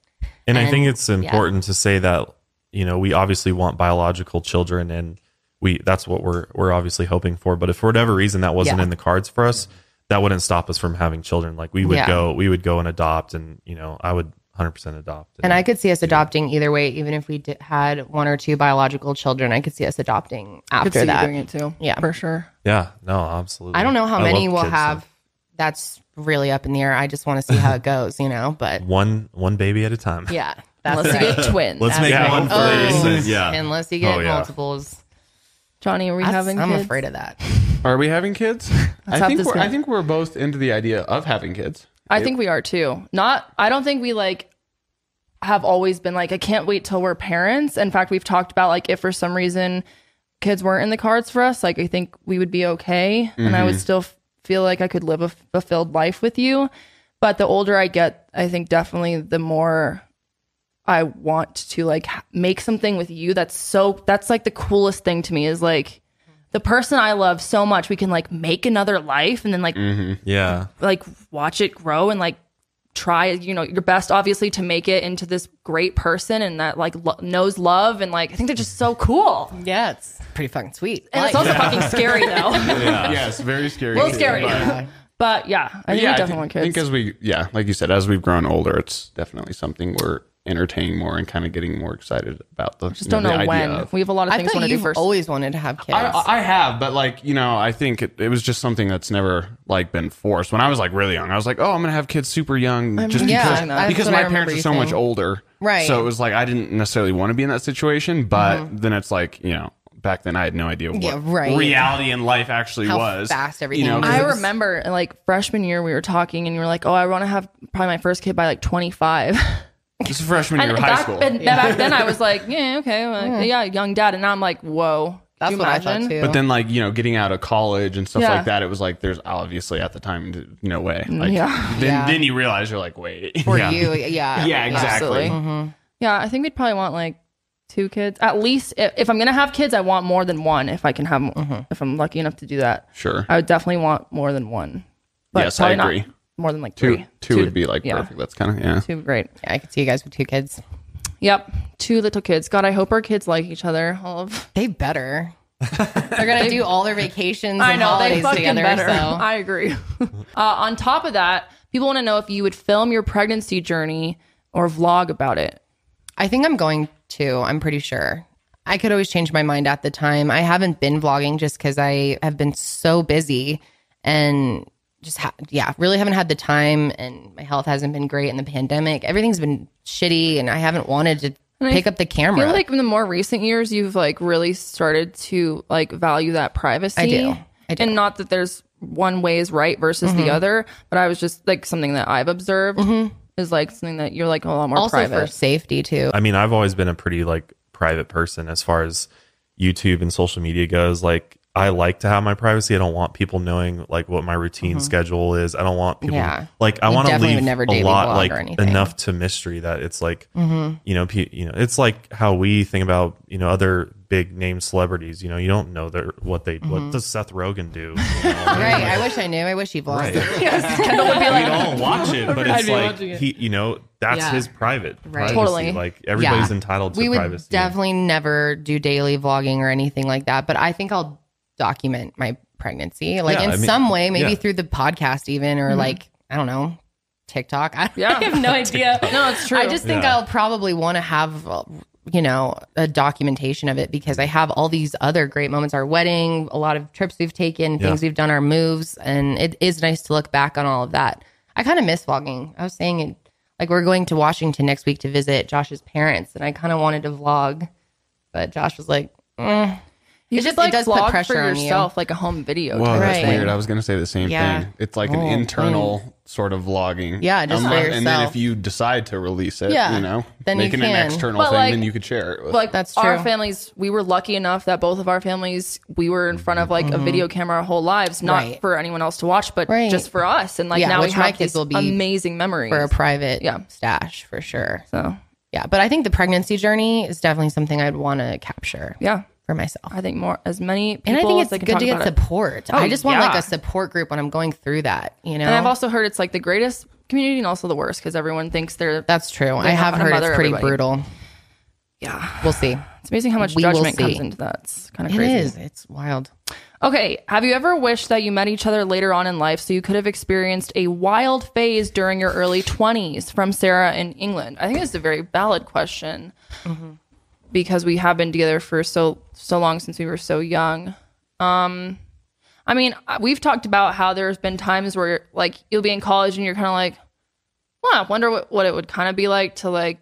S1: and,
S2: And-
S1: I think it's important to say that you know we obviously want biological children, and we that's what we're we're obviously hoping for. But if for whatever reason that wasn't
S2: Yeah.
S1: in the cards for us, that wouldn't stop us from having children. Like we would
S2: Yeah.
S1: go, we would go and adopt, and you know I would 100 percent adopt.
S2: And I could see us adopting either way, even if we d- had one or two biological children. I could see us adopting after
S4: could see
S2: that.
S4: you doing it too.
S2: Yeah.
S4: for sure.
S1: yeah, no, absolutely.
S2: I don't know how
S1: I
S2: many
S1: love
S2: we'll
S1: kids, so
S2: have. That's really up in the air. I just want to see how it goes, you know. But
S1: One one baby at a time.
S2: yeah, that's
S4: Unless you
S2: right.
S4: get twins.
S1: Let's
S2: That's
S1: make
S2: right.
S1: one
S2: Oh.
S1: first. and- yeah.
S2: Unless you get
S1: Oh, yeah.
S2: multiples,
S4: Johnny, are we
S2: That's-
S4: having
S2: I'm
S4: kids?
S2: afraid of that.
S5: are we having kids
S4: have
S5: i think
S4: this
S5: we're, i
S4: one.
S5: think we're both into the idea of having kids
S4: I think we are too. Not I don't think we like have always been like, I can't wait till we're parents. In fact, we've talked about like if for some reason kids weren't in the cards for us, like I think we would be okay. And I would still f- feel like I could live a f- fulfilled life with you. But the older I get, I think definitely the more I want to like h- make something with you that's so that's like the coolest thing to me is like the person I love so much, we can like make another life and then like
S1: Yeah.
S4: like watch it grow and like try you know your best obviously to make it into this great person and that like lo- knows love and like i think they're just so cool and
S2: Yeah, it's pretty fucking sweet.
S4: it's also fucking scary though
S5: yes very scary
S4: a little
S5: too.
S4: scary but yeah i think we
S5: yeah,
S4: definitely
S5: I
S4: want
S5: think,
S4: kids
S5: I think as we, yeah, like you said, as we've grown older, it's definitely something we're entertaining more and kind of getting more excited about the.
S4: just don't know, when we have a lot of
S2: I
S4: things we
S2: thought
S4: want to
S2: you
S4: do first
S2: always wanted to have kids.
S5: I, I have, but like you know, I think it, it was just something that's never like been forced. When I was like really young, I was like, oh, I'm gonna have kids super young, just
S2: yeah,
S5: because
S2: that's
S5: because
S2: what I
S5: my
S2: remember
S5: parents are
S2: you
S5: so much
S2: saying.
S5: older,
S2: Right. Mm-hmm.
S5: So it was like I didn't necessarily want to be in that situation, but then it's like you know. Back then, I had no idea what
S2: Yeah, right.
S5: reality and life actually
S2: How
S5: was.
S2: fast everything
S5: you know,
S2: was.
S5: 'cause
S4: I
S5: it's-
S4: remember like freshman year we were talking and you were like, "Oh, I want to have probably my first kid by like 25."
S5: This is freshman year
S4: and
S5: of high
S4: back,
S5: school.
S4: then- back then I was like, "Yeah, okay, well, yeah, young dad." And now I'm like, "Whoa."
S2: That's
S4: Could you
S2: what I
S4: imagine?
S2: thought too.
S5: But then, like you know, getting out of college and stuff
S4: Yeah.
S5: like that, it was like there's obviously at the time no way. Like,
S4: Yeah.
S5: Then
S2: Mm, Yeah.
S5: then you realize you're like, wait.
S2: for
S5: yeah.
S2: you, Mm-hmm. yeah,
S5: Yeah, exactly.
S4: Absolutely. Yeah, I think we'd probably want like two kids at least. If, if I'm gonna have kids, I want
S5: Mm-hmm.
S4: more than one. If I can have, if I'm lucky enough to do that,
S5: Sure.
S4: I would definitely want more than one. But
S5: Yes,
S4: probably
S5: I
S4: not
S5: agree.
S4: more than like
S5: Two,
S4: three.
S5: two would be like
S4: yeah.
S5: perfect. That's kind of yeah.
S4: Two, great.
S2: Yeah, I could see you guys with two kids.
S4: Yep. Two little kids. God, I hope our kids like each other. All of
S2: They better. They're gonna do all their vacations and
S4: I know they
S2: holidays
S4: fucking
S2: together.
S4: better.
S2: So
S4: I agree. uh, on top of that, people want to know if you would film your pregnancy journey or vlog about it.
S2: I think I'm going to. I'm pretty sure. I could always change my mind at the time. I haven't been vlogging just because I have been so busy and just, ha- yeah, really haven't had the time. And my health hasn't been great in the pandemic. Everything's been shitty and I haven't wanted to
S4: I
S2: pick up the
S4: I
S2: camera.
S4: feel like in the more recent years, you've like really started to like value that privacy.
S2: I do. I do. Mm-hmm.
S4: And not that there's one way is right versus the other, but I was just like something that I've observed is like something that you're like a lot more
S2: also
S4: private.
S2: for safety too.
S1: I mean, I've always been a pretty like private person as far as YouTube and social media goes. Like, I like to have my privacy. I don't want people knowing like what my routine schedule is. I don't want people
S2: Mm-hmm. Yeah.
S1: like I
S2: You
S1: want to
S2: definitely
S1: leave
S2: would never
S1: a
S2: daily
S1: lot
S2: vlog
S1: like
S2: or anything. Mm-hmm.
S1: enough to mystery that it's like you know pe- you know it's like how we think about you know other big name celebrities. You know, you don't know their what they
S2: Mm-hmm.
S1: what does Seth Rogen do. You know?
S2: Right. I wish I knew. I wish he vlogged.
S1: Right.
S4: Kendall would be
S1: we
S4: like,
S1: don't watch it, but
S5: I'd
S1: it's
S5: be
S1: like
S5: watching it.
S1: he, you know, that's
S2: Yeah.
S1: his private
S2: Right.
S1: privacy.
S4: Totally.
S1: Like everybody's
S2: Yeah.
S1: entitled to
S2: we would
S1: privacy.
S2: definitely never do daily vlogging or anything like that but i think i'll document my pregnancy like
S1: Yeah,
S2: in
S1: I mean,
S2: some way maybe
S1: yeah. Mm-hmm.
S2: through the podcast even or like i don't know tiktok i,
S4: Yeah.
S2: I have no idea
S4: no, it's true.
S2: i just think
S1: Yeah.
S2: i'll probably want to have uh, you know a documentation of it because i have all these other great moments our wedding a lot of trips we've taken things we've done our moves and it is nice to look back on all of that i kind of miss vlogging i was saying it like we're going to washington next week to visit josh's parents and i kind of wanted to vlog but josh was like "Eh."
S4: you
S2: It
S4: just
S2: just-
S4: like
S2: it does put
S4: vlog
S2: pressure
S4: for
S2: on you.
S4: yourself, like a home video.
S5: Whoa,
S4: type
S5: that's
S2: Right.
S5: weird. I was gonna say the same
S2: Yeah.
S5: thing. It's like
S2: Oh,
S5: an internal sort of vlogging.
S2: Yeah, just for
S5: And then
S2: yourself.
S5: if you decide to release it,
S2: Yeah.
S5: you know,
S2: Then you
S5: making
S2: can.
S5: an external
S4: But,
S5: thing,
S4: like-
S5: then you could share it. With.
S4: like
S2: That's
S4: our
S2: true.
S4: families we were lucky enough that both of our families we were in front of like a video camera our whole lives not
S2: Mm-hmm. Right.
S4: for anyone else to watch but
S2: Right.
S4: just for us and like
S2: Yeah,
S4: now we
S2: which my
S4: have
S2: kids
S4: these
S2: will be
S4: amazing memories
S2: for a private
S4: Yeah.
S2: stash for sure
S4: so
S2: yeah but i think the pregnancy journey is definitely something i'd want to capture
S4: yeah
S2: for myself
S4: i think more as many people
S2: and I think
S4: as they can
S2: it's good
S4: talk
S2: to get
S4: about it. Oh,
S2: support. I just want like
S4: yeah.
S2: a support group when I'm going through that, you know.
S4: and i've also heard it's like the greatest community and also the worst because everyone thinks they're
S2: That's true. I
S4: know
S2: have
S4: how to
S2: heard it's
S4: mother
S2: pretty
S4: everybody.
S2: brutal.
S4: yeah
S2: We'll see.
S4: it's amazing how much
S2: We will
S4: judgment comes
S2: see.
S4: into that it's kind of
S2: It
S4: crazy
S2: is. It's wild.
S4: okay have you ever wished that you met each other later on in life so you could have experienced a wild phase during your early 20s from sarah in england i think it's a very valid question
S2: Mm-hmm.
S4: because we have been together for so so long since we were so young. Um I mean, I- we've talked about how there's been times where like you'll be in college and you're kind of like, "Well, I wonder what, what it would kind of be like to like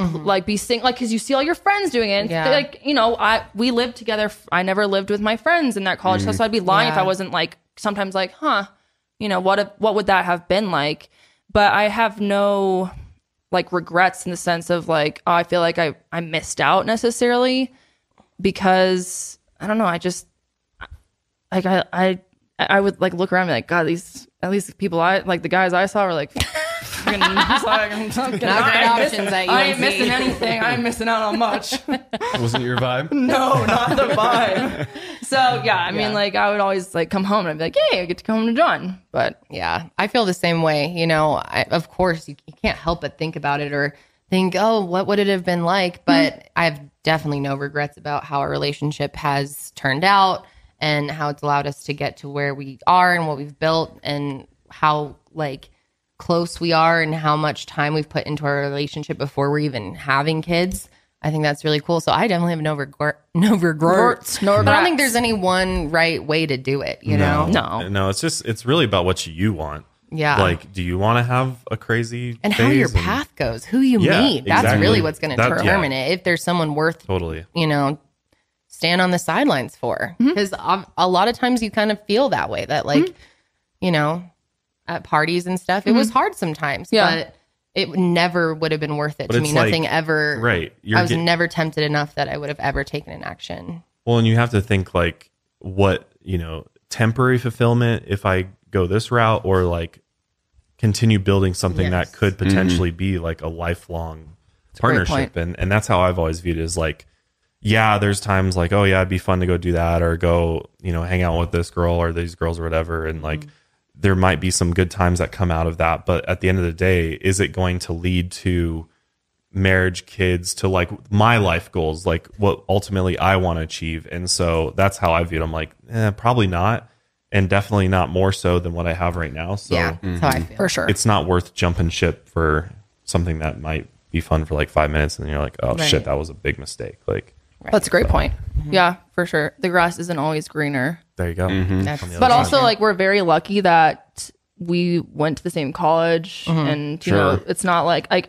S4: like be sing like cuz you see all your friends doing it." It's
S2: Mm-hmm. Yeah.
S4: Like, you know, I we lived together. f- I never lived with my friends in that college, so I'd be lying if
S2: Mm-hmm. Yeah.
S4: I wasn't like sometimes like, "Huh, you know, what if, what would that have been like?" But I have no like regrets in the sense of like oh, I feel like I I missed out necessarily because I don't know I just like I I I would like look around and be like God these at least the people I like the guys I saw were like. fucking- it's like, I'm not gonna-
S2: Not great
S4: I ain't
S2: options at
S4: missing- I ain't
S2: UNC.
S4: missing anything. I ain't missing out on much.
S5: wasn't your vibe?
S4: No, not the vibe. So yeah, I mean, like I would always like come home and I'd be like, "Hey, I get to come home to John." But
S2: Yeah, I feel the same way. You know, I, of course, you, you can't help but think about it or think, oh, what would it have been
S4: Mm-hmm.
S2: like? But I have definitely no regrets about how our relationship has turned out and how it's allowed us to get to where we are and what we've built and how like close we are and how much time we've put into our relationship before we're even having kids. I think that's really cool. So I definitely have no regret, no regrets.
S4: no
S2: But I don't
S4: regrets.
S2: think there's any one right way to do it. You know,
S4: no,
S1: No, it's just it's really about what you want.
S2: Oh. Yeah.
S1: Like, do you want to have a crazy
S2: and how
S1: phase
S2: your
S1: and-
S2: path goes, who you
S1: Yeah,
S2: meet. That's
S1: exactly.
S2: really what's going to
S1: That- yeah.
S2: determine it. If there's someone worth,
S1: Totally.
S2: you know, stand on the sidelines for,
S4: Mm-hmm.
S2: because a lot of times you kind of feel that way. That like,
S4: Mm-hmm.
S2: you know, at parties and stuff, it was hard sometimes.
S4: Yeah.
S2: but it never would have been worth it
S1: But
S2: to
S1: it's
S2: me.
S1: like-
S2: Nothing ever.
S1: Right. You're
S2: I was
S1: get-
S2: never tempted enough that I would have ever taken an action.
S1: Well, and you have to think like what, you know, temporary fulfillment if I go this route or like continue building something that could potentially be like a lifelong
S4: great
S1: partnership. And and that's how I've always viewed it is like, yeah, there's times like, oh yeah, it'd be fun to go do that or go, you know, hang out with this girl or these girls or whatever. And like there might be some good times that come out of that. But at the end of the day, is it going to lead to marriage, kids, to like my life goals, like what ultimately I want to achieve? And so that's how I viewed. it. I'm like, eh, probably not, and definitely not more so than what I have right now. So
S2: yeah, that's how I feel.
S4: Mm-hmm. for sure.
S1: it's not worth jumping ship for something that might be fun for like five minutes, and then you're like, oh
S2: Right.
S1: shit, that was a big mistake. Like,
S4: That's a great point. Yeah, for sure. The grass isn't always greener.
S1: there you go.
S2: That's-
S4: But also, like, we're very lucky that we went to the same college, and you know,
S5: Sure.
S4: it's not like like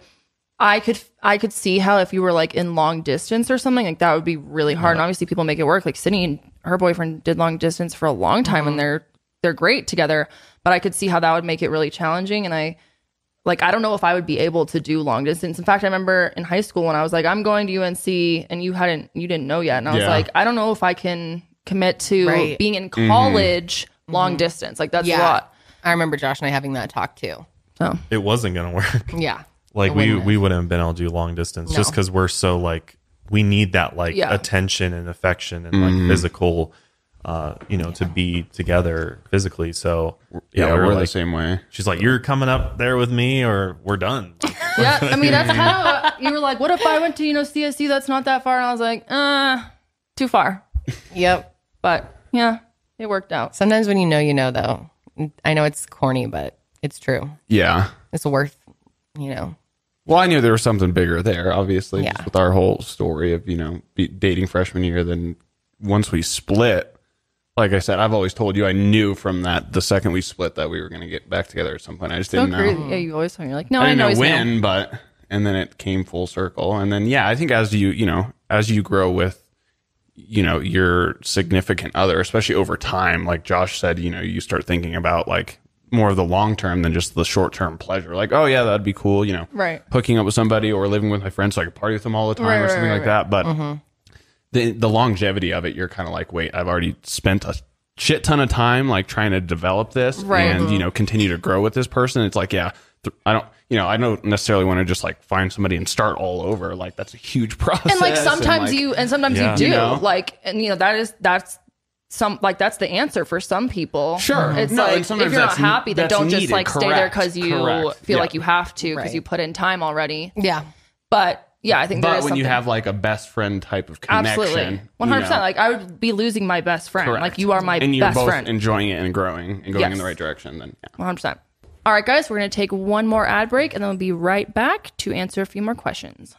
S4: I could I could see how if you were like in long distance or something like that would be really hard. And obviously, people make it work. Like Sydney and her boyfriend did long distance for a long time, and they're they're great together. But I could see how that would make it really challenging, and I like I don't know if I would be able to do long distance. In fact, I remember in high school when I was like, I'm going to UNC, and you hadn't, you didn't know yet, and I was
S5: Yeah. Mm-hmm.
S4: like, I don't know if I can commit to
S2: Right.
S4: being in college long distance. Like that's a lot.
S2: I remember Josh and I having that talk too.
S4: So
S1: it wasn't gonna work.
S2: Yeah.
S1: like
S2: It
S1: we
S2: wouldn't
S1: we wouldn't have been able to do long distance just just because we're so like we need that like
S4: Yeah.
S1: attention and affection and like physical uh you know to be together physically so
S5: Yeah,
S1: we
S5: we're,
S1: were
S5: the
S1: like-
S5: same way.
S1: she's like you're coming up there with me or we're done
S4: yeah, I mean that's kind of you were like, what if I went to you know CSU? That's not that far, and I was like, uh, too far.
S2: Yep.
S4: But yeah, it worked out.
S2: Sometimes when you know, you know, though. I know it's corny, but it's true.
S5: Yeah.
S2: It's worth, you know.
S5: Well, I knew there was something bigger there, obviously,
S2: Yeah.
S5: just with our whole story of, you know, be- dating freshman year. Then once we split, like I said, I've always told you I knew from that the second we split that we were going to get back together at some point. I just
S4: So
S5: didn't know.
S4: crazy. Yeah, you always tell me you're like, no, I,
S5: I didn't
S4: know
S5: know
S4: he's
S5: when, but and then it came full circle. And then yeah, I think as you you know as you grow with you know your significant other, especially over time, like Josh said, you know you start thinking about like more of the long term than just the short term pleasure. Like oh yeah, that'd be cool, you know,
S4: Right.
S5: Hooking up with somebody or living with my friends so I could party with them all the time
S4: Right,
S5: or
S4: right,
S5: something
S4: right, Mm-hmm.
S5: like that. But the the longevity of it, you're kind of like wait, I've already spent a shit ton of time like trying to develop this
S4: Right. Mm-hmm.
S5: and you know continue to grow with this person it's like yeah th- i don't you know i don't necessarily want to just like find somebody and start all over like that's a huge process
S4: and like sometimes
S5: like,
S4: you and sometimes
S1: Yeah.
S4: you do
S5: You know?
S4: like and you know that is that's some like that's the answer for some people
S5: Sure.
S4: it's
S5: No, and
S4: like if you're
S5: sometimes
S4: not
S5: that's-
S4: happy then
S5: that's
S4: don't just
S5: needed.
S4: like stay there
S5: Correct.
S4: because you
S5: Correct.
S4: feel
S5: Yeah.
S4: like you have to because
S2: Right.
S4: you put in time already
S2: Yeah.
S4: but yeah i think there
S5: but
S4: is
S5: when you
S4: something-
S5: have like a best friend type of connection
S4: absolutely
S5: you
S4: 100%
S5: know,
S4: like i would be losing my best friend
S5: correct.
S4: like you are my
S5: and you're
S4: best
S5: both
S4: friend
S5: enjoying it and growing and going
S4: Yes.
S5: in the right direction then yeah.
S4: 100% all right guys we're going to take one more ad break and then we'll be right back to answer a few more questions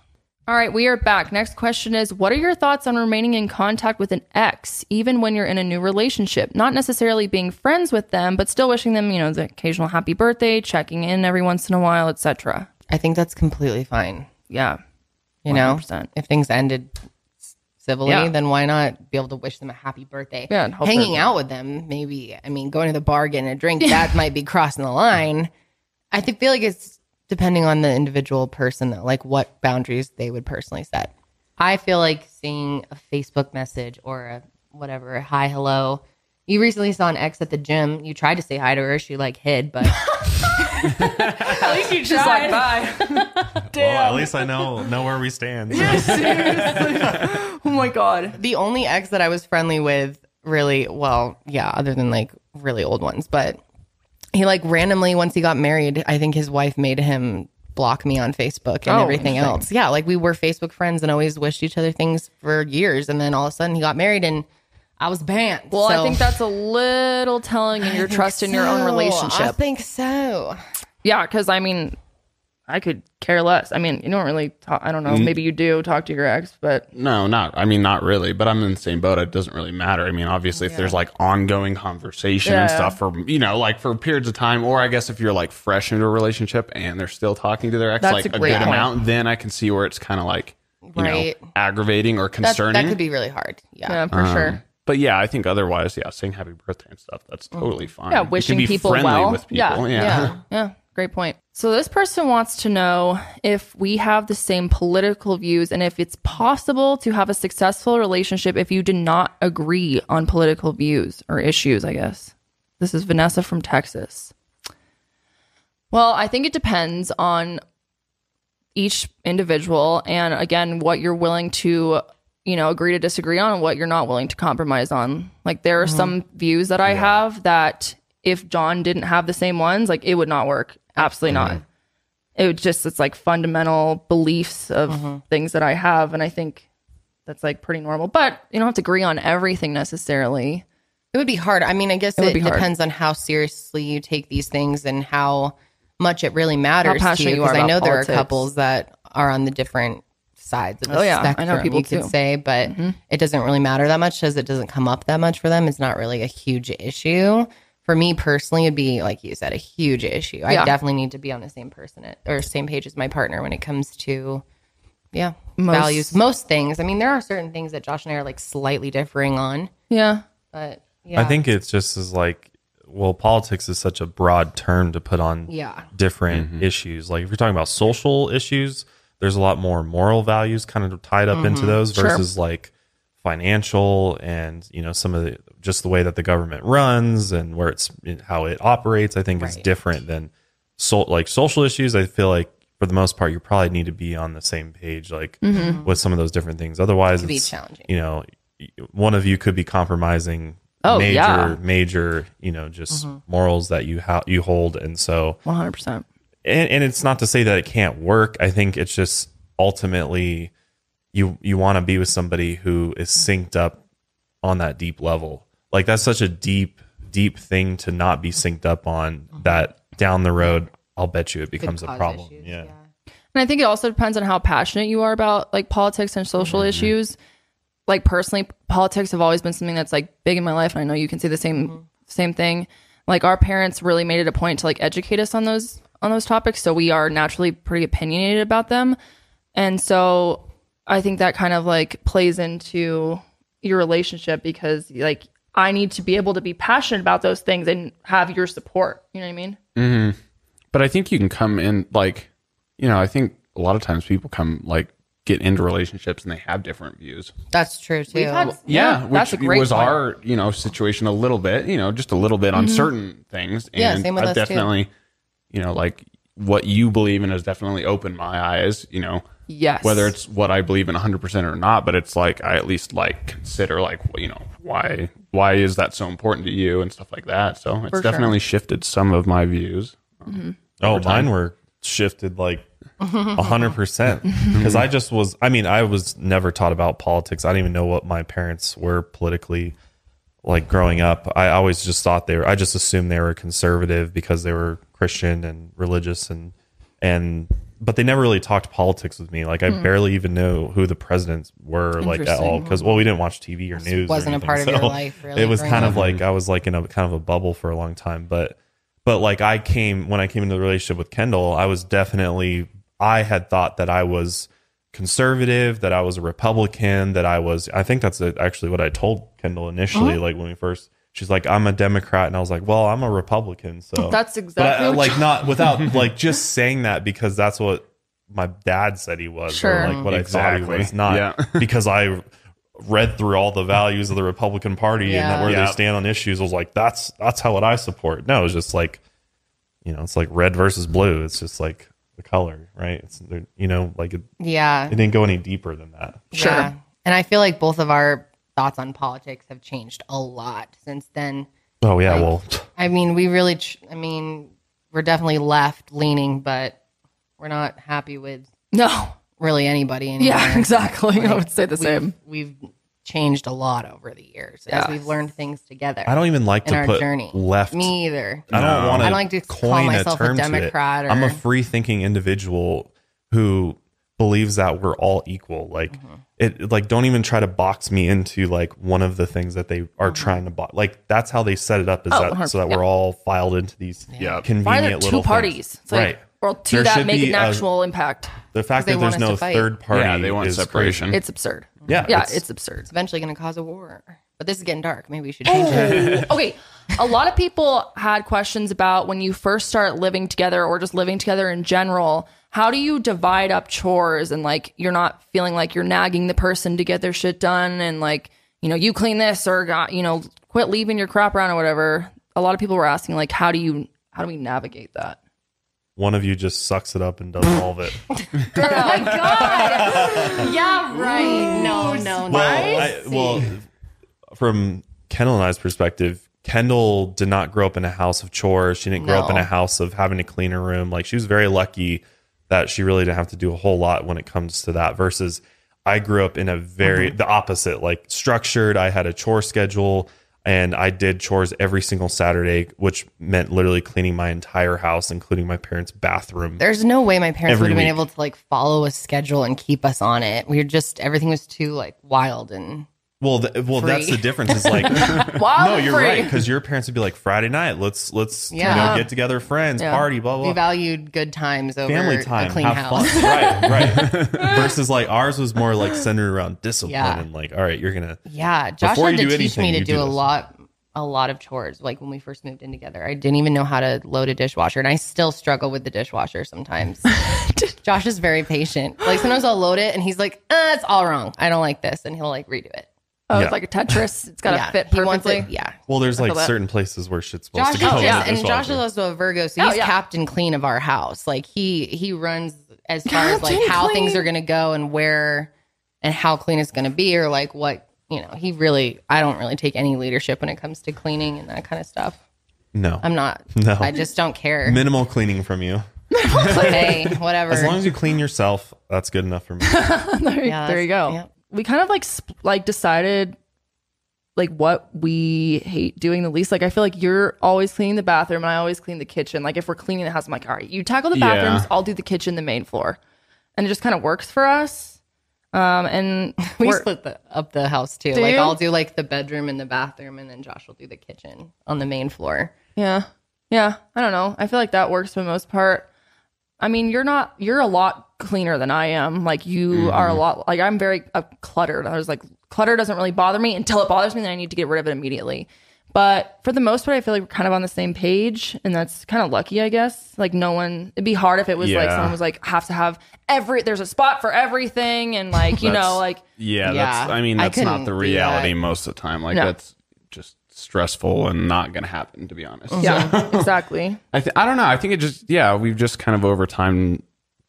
S4: all right we are back next question is what are your thoughts on remaining in contact with an ex even when you're in a new relationship not necessarily being friends with them but still wishing them you know the occasional happy birthday checking in every once in a while etc
S2: I think that's completely fine.
S4: yeah
S2: You know,
S4: 100%.
S2: if things ended c- civilly,
S4: Yeah.
S2: then why not be able to wish them a happy birthday?
S4: Yeah, and hope
S2: Hanging
S4: they're-
S2: out with them, maybe. I mean, going to the bar, getting a drink, that might be crossing the line. I think, feel like it's depending on the individual person, though, like what boundaries they would personally set. I feel like seeing a Facebook message or a whatever, a hi, hello. You recently saw an ex at the gym. You tried to say hi to her. She like hid, but
S4: at least you just like bye
S1: well at least i know know where we stand
S4: oh my god
S2: the only ex that I was friendly with really well, yeah, other than like really old ones, but he like randomly once he got married, I think his wife made him block me on Facebook and
S4: Oh,
S2: everything else. Yeah, like we were Facebook friends and always wished each other things for years and then all of a sudden he got married and I was banned.
S4: well
S2: So-
S4: i think that's a little telling in your trust in your own
S2: No, I
S4: relationship
S2: think so.
S4: Yeah, because I mean, I could care less. I mean, you don't really talk. I don't know. Maybe you do talk to your ex, but
S5: no not i mean not really but i'm in the same boat it doesn't really matter i mean obviously if there's like ongoing conversation and
S4: Yeah.
S5: stuff for you know like for periods of time or i guess if you're like fresh into a relationship and they're still talking to their ex
S4: That's
S5: like
S4: a
S5: a,
S4: great
S5: good
S4: point.
S5: amount then i can see where it's kind of like you
S2: Right.
S5: know aggravating or
S2: That,
S5: concerning
S2: that could be really hard. Yeah.
S4: yeah, for sure.
S5: But yeah, I think otherwise, yeah, saying happy birthday and stuff, that's totally
S4: Mm.
S5: fine.
S4: Yeah,
S5: You can
S4: wishing
S5: be
S4: people
S5: friendly
S4: well.
S5: with people.
S4: Yeah,
S5: Yeah.
S4: yeah, yeah. Great point. So this person wants to know if we have the same political views and if it's possible to have a successful relationship if you did not agree on political views or issues. I guess this is Vanessa from Texas. Well, I think it depends on each individual and again what you're willing to you know agree to disagree on and what you're not willing to compromise on like there are some views that i have that if John didn't have the same ones, like it would not work. Absolutely not. It would just it's like fundamental beliefs of things that I have, and I think that's like pretty normal. But you don't have to agree on everything necessarily.
S2: It would be hard. I mean, I guess
S4: would
S2: it,
S4: be hard.
S2: depends on how seriously you take these things and how much it really matters to
S4: passionate
S2: you.
S4: you are
S2: Because I
S4: about
S2: know there are
S4: politics.
S2: couples that are on the different sides of the
S4: Oh, yeah. I know
S2: spectrum.
S4: people
S2: you could
S4: too. Mm-hmm.
S2: say, but it doesn't really matter that much because it doesn't come up that much for them. It's not really a huge issue. For me personally, it'd be like you said, a huge issue. I
S4: Yeah.
S2: definitely need to be on the same person at, or same page as my partner when it comes to yeah
S4: Most-
S2: values. Most things. I mean, there are certain things that Josh and I are like slightly differing on,
S4: Yeah.
S2: but yeah,
S1: I think it's just as like, well, politics is such a broad term to put on
S2: Yeah.
S1: different issues. Like if you're talking about social issues, there's a lot more moral values kind of tied up
S2: Mm-hmm.
S1: into those versus like financial and you know some of the just the way that the government runs and where it's how it operates. I think is
S2: Right.
S1: different than so like social issues. I feel like for the most part, you probably need to be on the same page, like with some of those different things. Otherwise,
S2: Mm-hmm. be
S1: it's,
S2: challenging.
S1: You know, y- one of you could be compromising
S4: Oh,
S1: major,
S4: yeah.
S1: major, you know, just morals that you ha- you hold, and so
S4: One hundred percent.
S1: and, and it's not to say that it can't work. I think it's just ultimately you you want to be with somebody who is synced up on that deep level. Like that's such a deep deep thing to not be synced up on that down the road I'll bet you it becomes a
S2: cause
S1: problem.
S2: issues,
S1: yeah.
S4: And I think it also depends on how passionate you are about like politics and
S5: Mm-hmm.
S4: social issues. Like personally, politics have always been something that's like big in my life, and I know you can say the same
S5: Mm-hmm.
S4: same thing. Like our parents really made it a point to like educate us on those on those topics, so we are naturally pretty opinionated about them. And so I think that kind of like plays into your relationship because like I need to be able to be passionate about those things and have your support. You know what I mean?
S5: But I think you can come in like, you know, I think a lot of times people come like get into relationships and they have different views.
S2: That's true too.
S5: Yeah, which
S4: that's a great
S5: was
S4: point.
S5: our you know situation a little bit, you know, just a little bit on certain things. And
S2: Yeah, same with
S5: I
S2: us, too.
S5: definitely, you know, like what you believe in has definitely opened my eyes. You know,
S4: Yes.
S5: whether it's what I believe in 100 percent or not, but it's like I at least like consider like you know why why is that so important to you and stuff like that. So it's
S4: For sure.
S5: definitely shifted some of my views.
S1: Oh, mine were shifted like a hundred percent
S2: Mm-hmm.
S1: because I just was. I mean, I was never taught about politics. I didn't even know what my parents were politically like growing up. I always just thought they were. I just assumed they were conservative because they were Christian and religious and and. But they never really talked politics with me. Like I
S2: Hmm.
S1: barely even knew who the presidents were, like at all, because well, we didn't watch TV or news. or
S2: wasn't a
S1: anything,
S2: part of your
S1: so
S2: life, really,
S1: It was
S2: growing
S1: kind of
S2: up.
S1: like
S4: Mm-hmm.
S1: like I was like in a kind of a bubble for a long time, but but like I came when I came into the relationship with Kendall, I was definitely I had thought that I was conservative, that I was a Republican, that I was I think that's uh, actually what I told Kendall initially
S4: Uh-huh.
S1: like when we first she's like I'm a Democrat and I was like, "Well, I'm a Republican." So
S4: That's
S1: But I-
S4: exactly what
S1: like not without like just saying that because that's what my dad said he was
S4: Sure.
S1: or like what I thought
S5: Exactly.
S1: he was not
S5: Yeah.
S1: because I read through all the values of the Republican Party and
S2: Yeah.
S1: that where
S5: Yeah.
S1: they stand on issues. I was like, that's that's how what I support. No, it's just like, you know, it's like red versus blue. It's just like the color, right? It's they're- you know, like it,
S2: Yeah.
S1: it didn't go any deeper than that.
S4: Sure.
S2: Yeah. And I feel like both of our thoughts on politics have changed a lot since then.
S1: Oh yeah, well,
S2: I mean, we really, ch- I mean, we're definitely left leaning, but we're not happy with
S4: No.
S2: really anybody anymore.
S4: Yeah, exactly. I would say the same.
S2: We've changed a lot over the years as we've learned things together.
S1: I don't even like
S2: in
S1: to
S2: our
S1: put
S2: journey.
S1: left.
S2: Me either.
S1: I don't want
S2: I don't like to call
S1: coin
S2: myself a
S1: a term to it.
S2: Democrat
S1: I'm
S2: or-
S1: a free thinking individual who believes that we're all equal. Like it, like don't even try to box me into like one of the things that they are trying to box. Like that's how they set it up is that so that we're all filed into these
S5: Yeah.
S1: convenient
S4: Why are there
S1: little
S4: two
S1: things.
S4: parties? It's like,
S1: right.
S4: Well, two
S1: There
S4: that
S1: should
S4: make
S1: be
S4: an
S1: a-
S4: actual impact.
S1: The fact
S2: they
S1: that
S2: want
S1: there's
S2: us to
S1: no
S2: fight.
S1: third party.
S5: yeah, they want
S1: is
S5: separation.
S1: crazy.
S4: It's absurd.
S1: Yeah,
S4: Yeah, it's,
S1: it's-
S4: absurd.
S2: It's eventually going to cause a war. But this is getting dark. Maybe we should change it.
S4: okay. A lot of people had questions about when you first start living together or just living together in general. How do you divide up chores and like you're not feeling like you're nagging the person to get their shit done and like, you know, you clean this or got, you know, quit leaving your crap around or whatever. A lot of people were asking like how do you how do we navigate that?
S1: One of you just sucks it up and does all of it.
S2: Oh my god! yeah, right. No, no, no.
S1: well, I, well, from Kendall and I's perspective, Kendall did not grow up in a house of chores. She didn't grow up in
S2: No.
S1: a house of having to clean her room. Like she was very lucky that she really didn't have to do a whole lot when it comes to that versus I grew up in a very
S2: Mm-hmm.
S1: the opposite, like structured. I had a chore schedule and I did chores every single Saturday, which meant literally cleaning my entire house, including my parents' bathroom.
S2: There's no way my parents
S1: Every
S2: would have been
S1: week.
S2: able to like follow a schedule and keep us on it. We were just everything was too like wild and
S1: Well, th- well, that's
S2: Free.
S1: the difference. Is like,
S4: Wild
S1: no, you're
S4: free.
S1: right because your parents would be like, Friday night, let's let's
S2: Yeah.
S1: you know, get together, friends,
S4: Yeah.
S1: party, blah
S2: we
S1: blah.
S2: valued good times over
S1: Family time,
S2: a clean
S1: have
S2: house.
S1: fun, right? Right. Versus like ours was more like centered around discipline
S2: Yeah.
S1: and like, all right, you're gonna
S2: Yeah, Josh
S1: Before
S2: had to
S1: you do
S2: teach
S1: anything,
S2: me to
S1: you
S2: do,
S1: do
S2: a
S1: this.
S2: lot a lot of chores like when we first moved in together. I didn't even know how to load a dishwasher and I still struggle with the dishwasher sometimes. Josh is very patient. Like sometimes I'll load it and he's like, uh, it's all wrong. I don't like this and he'll like redo it.
S4: Oh,
S1: Yeah.
S4: it's like a Tetris. It's got to
S2: yeah,
S4: fit
S2: he wants
S4: perfectly.
S2: it- Yeah.
S1: Well, there's like
S4: that.
S1: certain places where shit's supposed
S2: Josh
S1: to
S2: is
S1: go. in
S2: just,
S1: the
S2: and Josh is
S1: dishwasher.
S2: also a Virgo, so
S4: Oh,
S2: he's
S4: yeah.
S2: captain clean of our house. Like he he runs as far as like
S4: Captain
S2: how
S4: clean.
S2: things are gonna go and where and how clean it's gonna be or like what you know. He really I don't really take any leadership when it comes to cleaning and that kind of stuff.
S1: no,
S2: I'm not.
S1: No.
S2: I just don't care.
S1: minimal cleaning from you.
S2: hey, whatever.
S1: As long as you clean yourself, that's good enough for me.
S4: there,
S2: Yeah,
S4: there
S2: that's-
S4: you go.
S2: yeah.
S4: We kind of like sp- like decided like what we hate doing the least. Like I feel like you're always cleaning the bathroom and I always clean the kitchen. Like if we're cleaning the house, I'm like, all right, you tackle the
S5: Yeah.
S4: bathrooms, I'll do the kitchen, the main floor, and it just kind of works for us. Um, and
S2: we
S4: we're-
S2: split the, up the house too. like
S4: you?
S2: I'll do like the bedroom and the bathroom, and then Josh will do the kitchen on the main floor.
S4: yeah, yeah. I don't know. I feel like that works for the most part. I mean, you're not you're a lot cleaner than I am. Like you are
S5: Mm-hmm.
S4: a lot like I'm very uh, cluttered. I was like clutter doesn't really bother me until it bothers me then I need to get rid of it immediately. But for the most part I feel like we're kind of on the same page and that's kind of lucky, I guess. Like no one it'd be hard if it was like
S5: Yeah.
S4: someone was like have to have every there's a spot for everything and like, you know,
S5: That's-
S4: like
S5: Yeah, that's.
S2: Yeah.
S5: I mean,
S2: I
S5: that's not
S2: couldn't
S5: the
S2: do
S5: reality
S2: that.
S5: most of the time. Like
S4: No.
S5: that's just stressful and not going to happen. To be honest.
S4: Mm-hmm. yeah, exactly.
S5: I th- I don't know. I think it just yeah, we've just kind of over time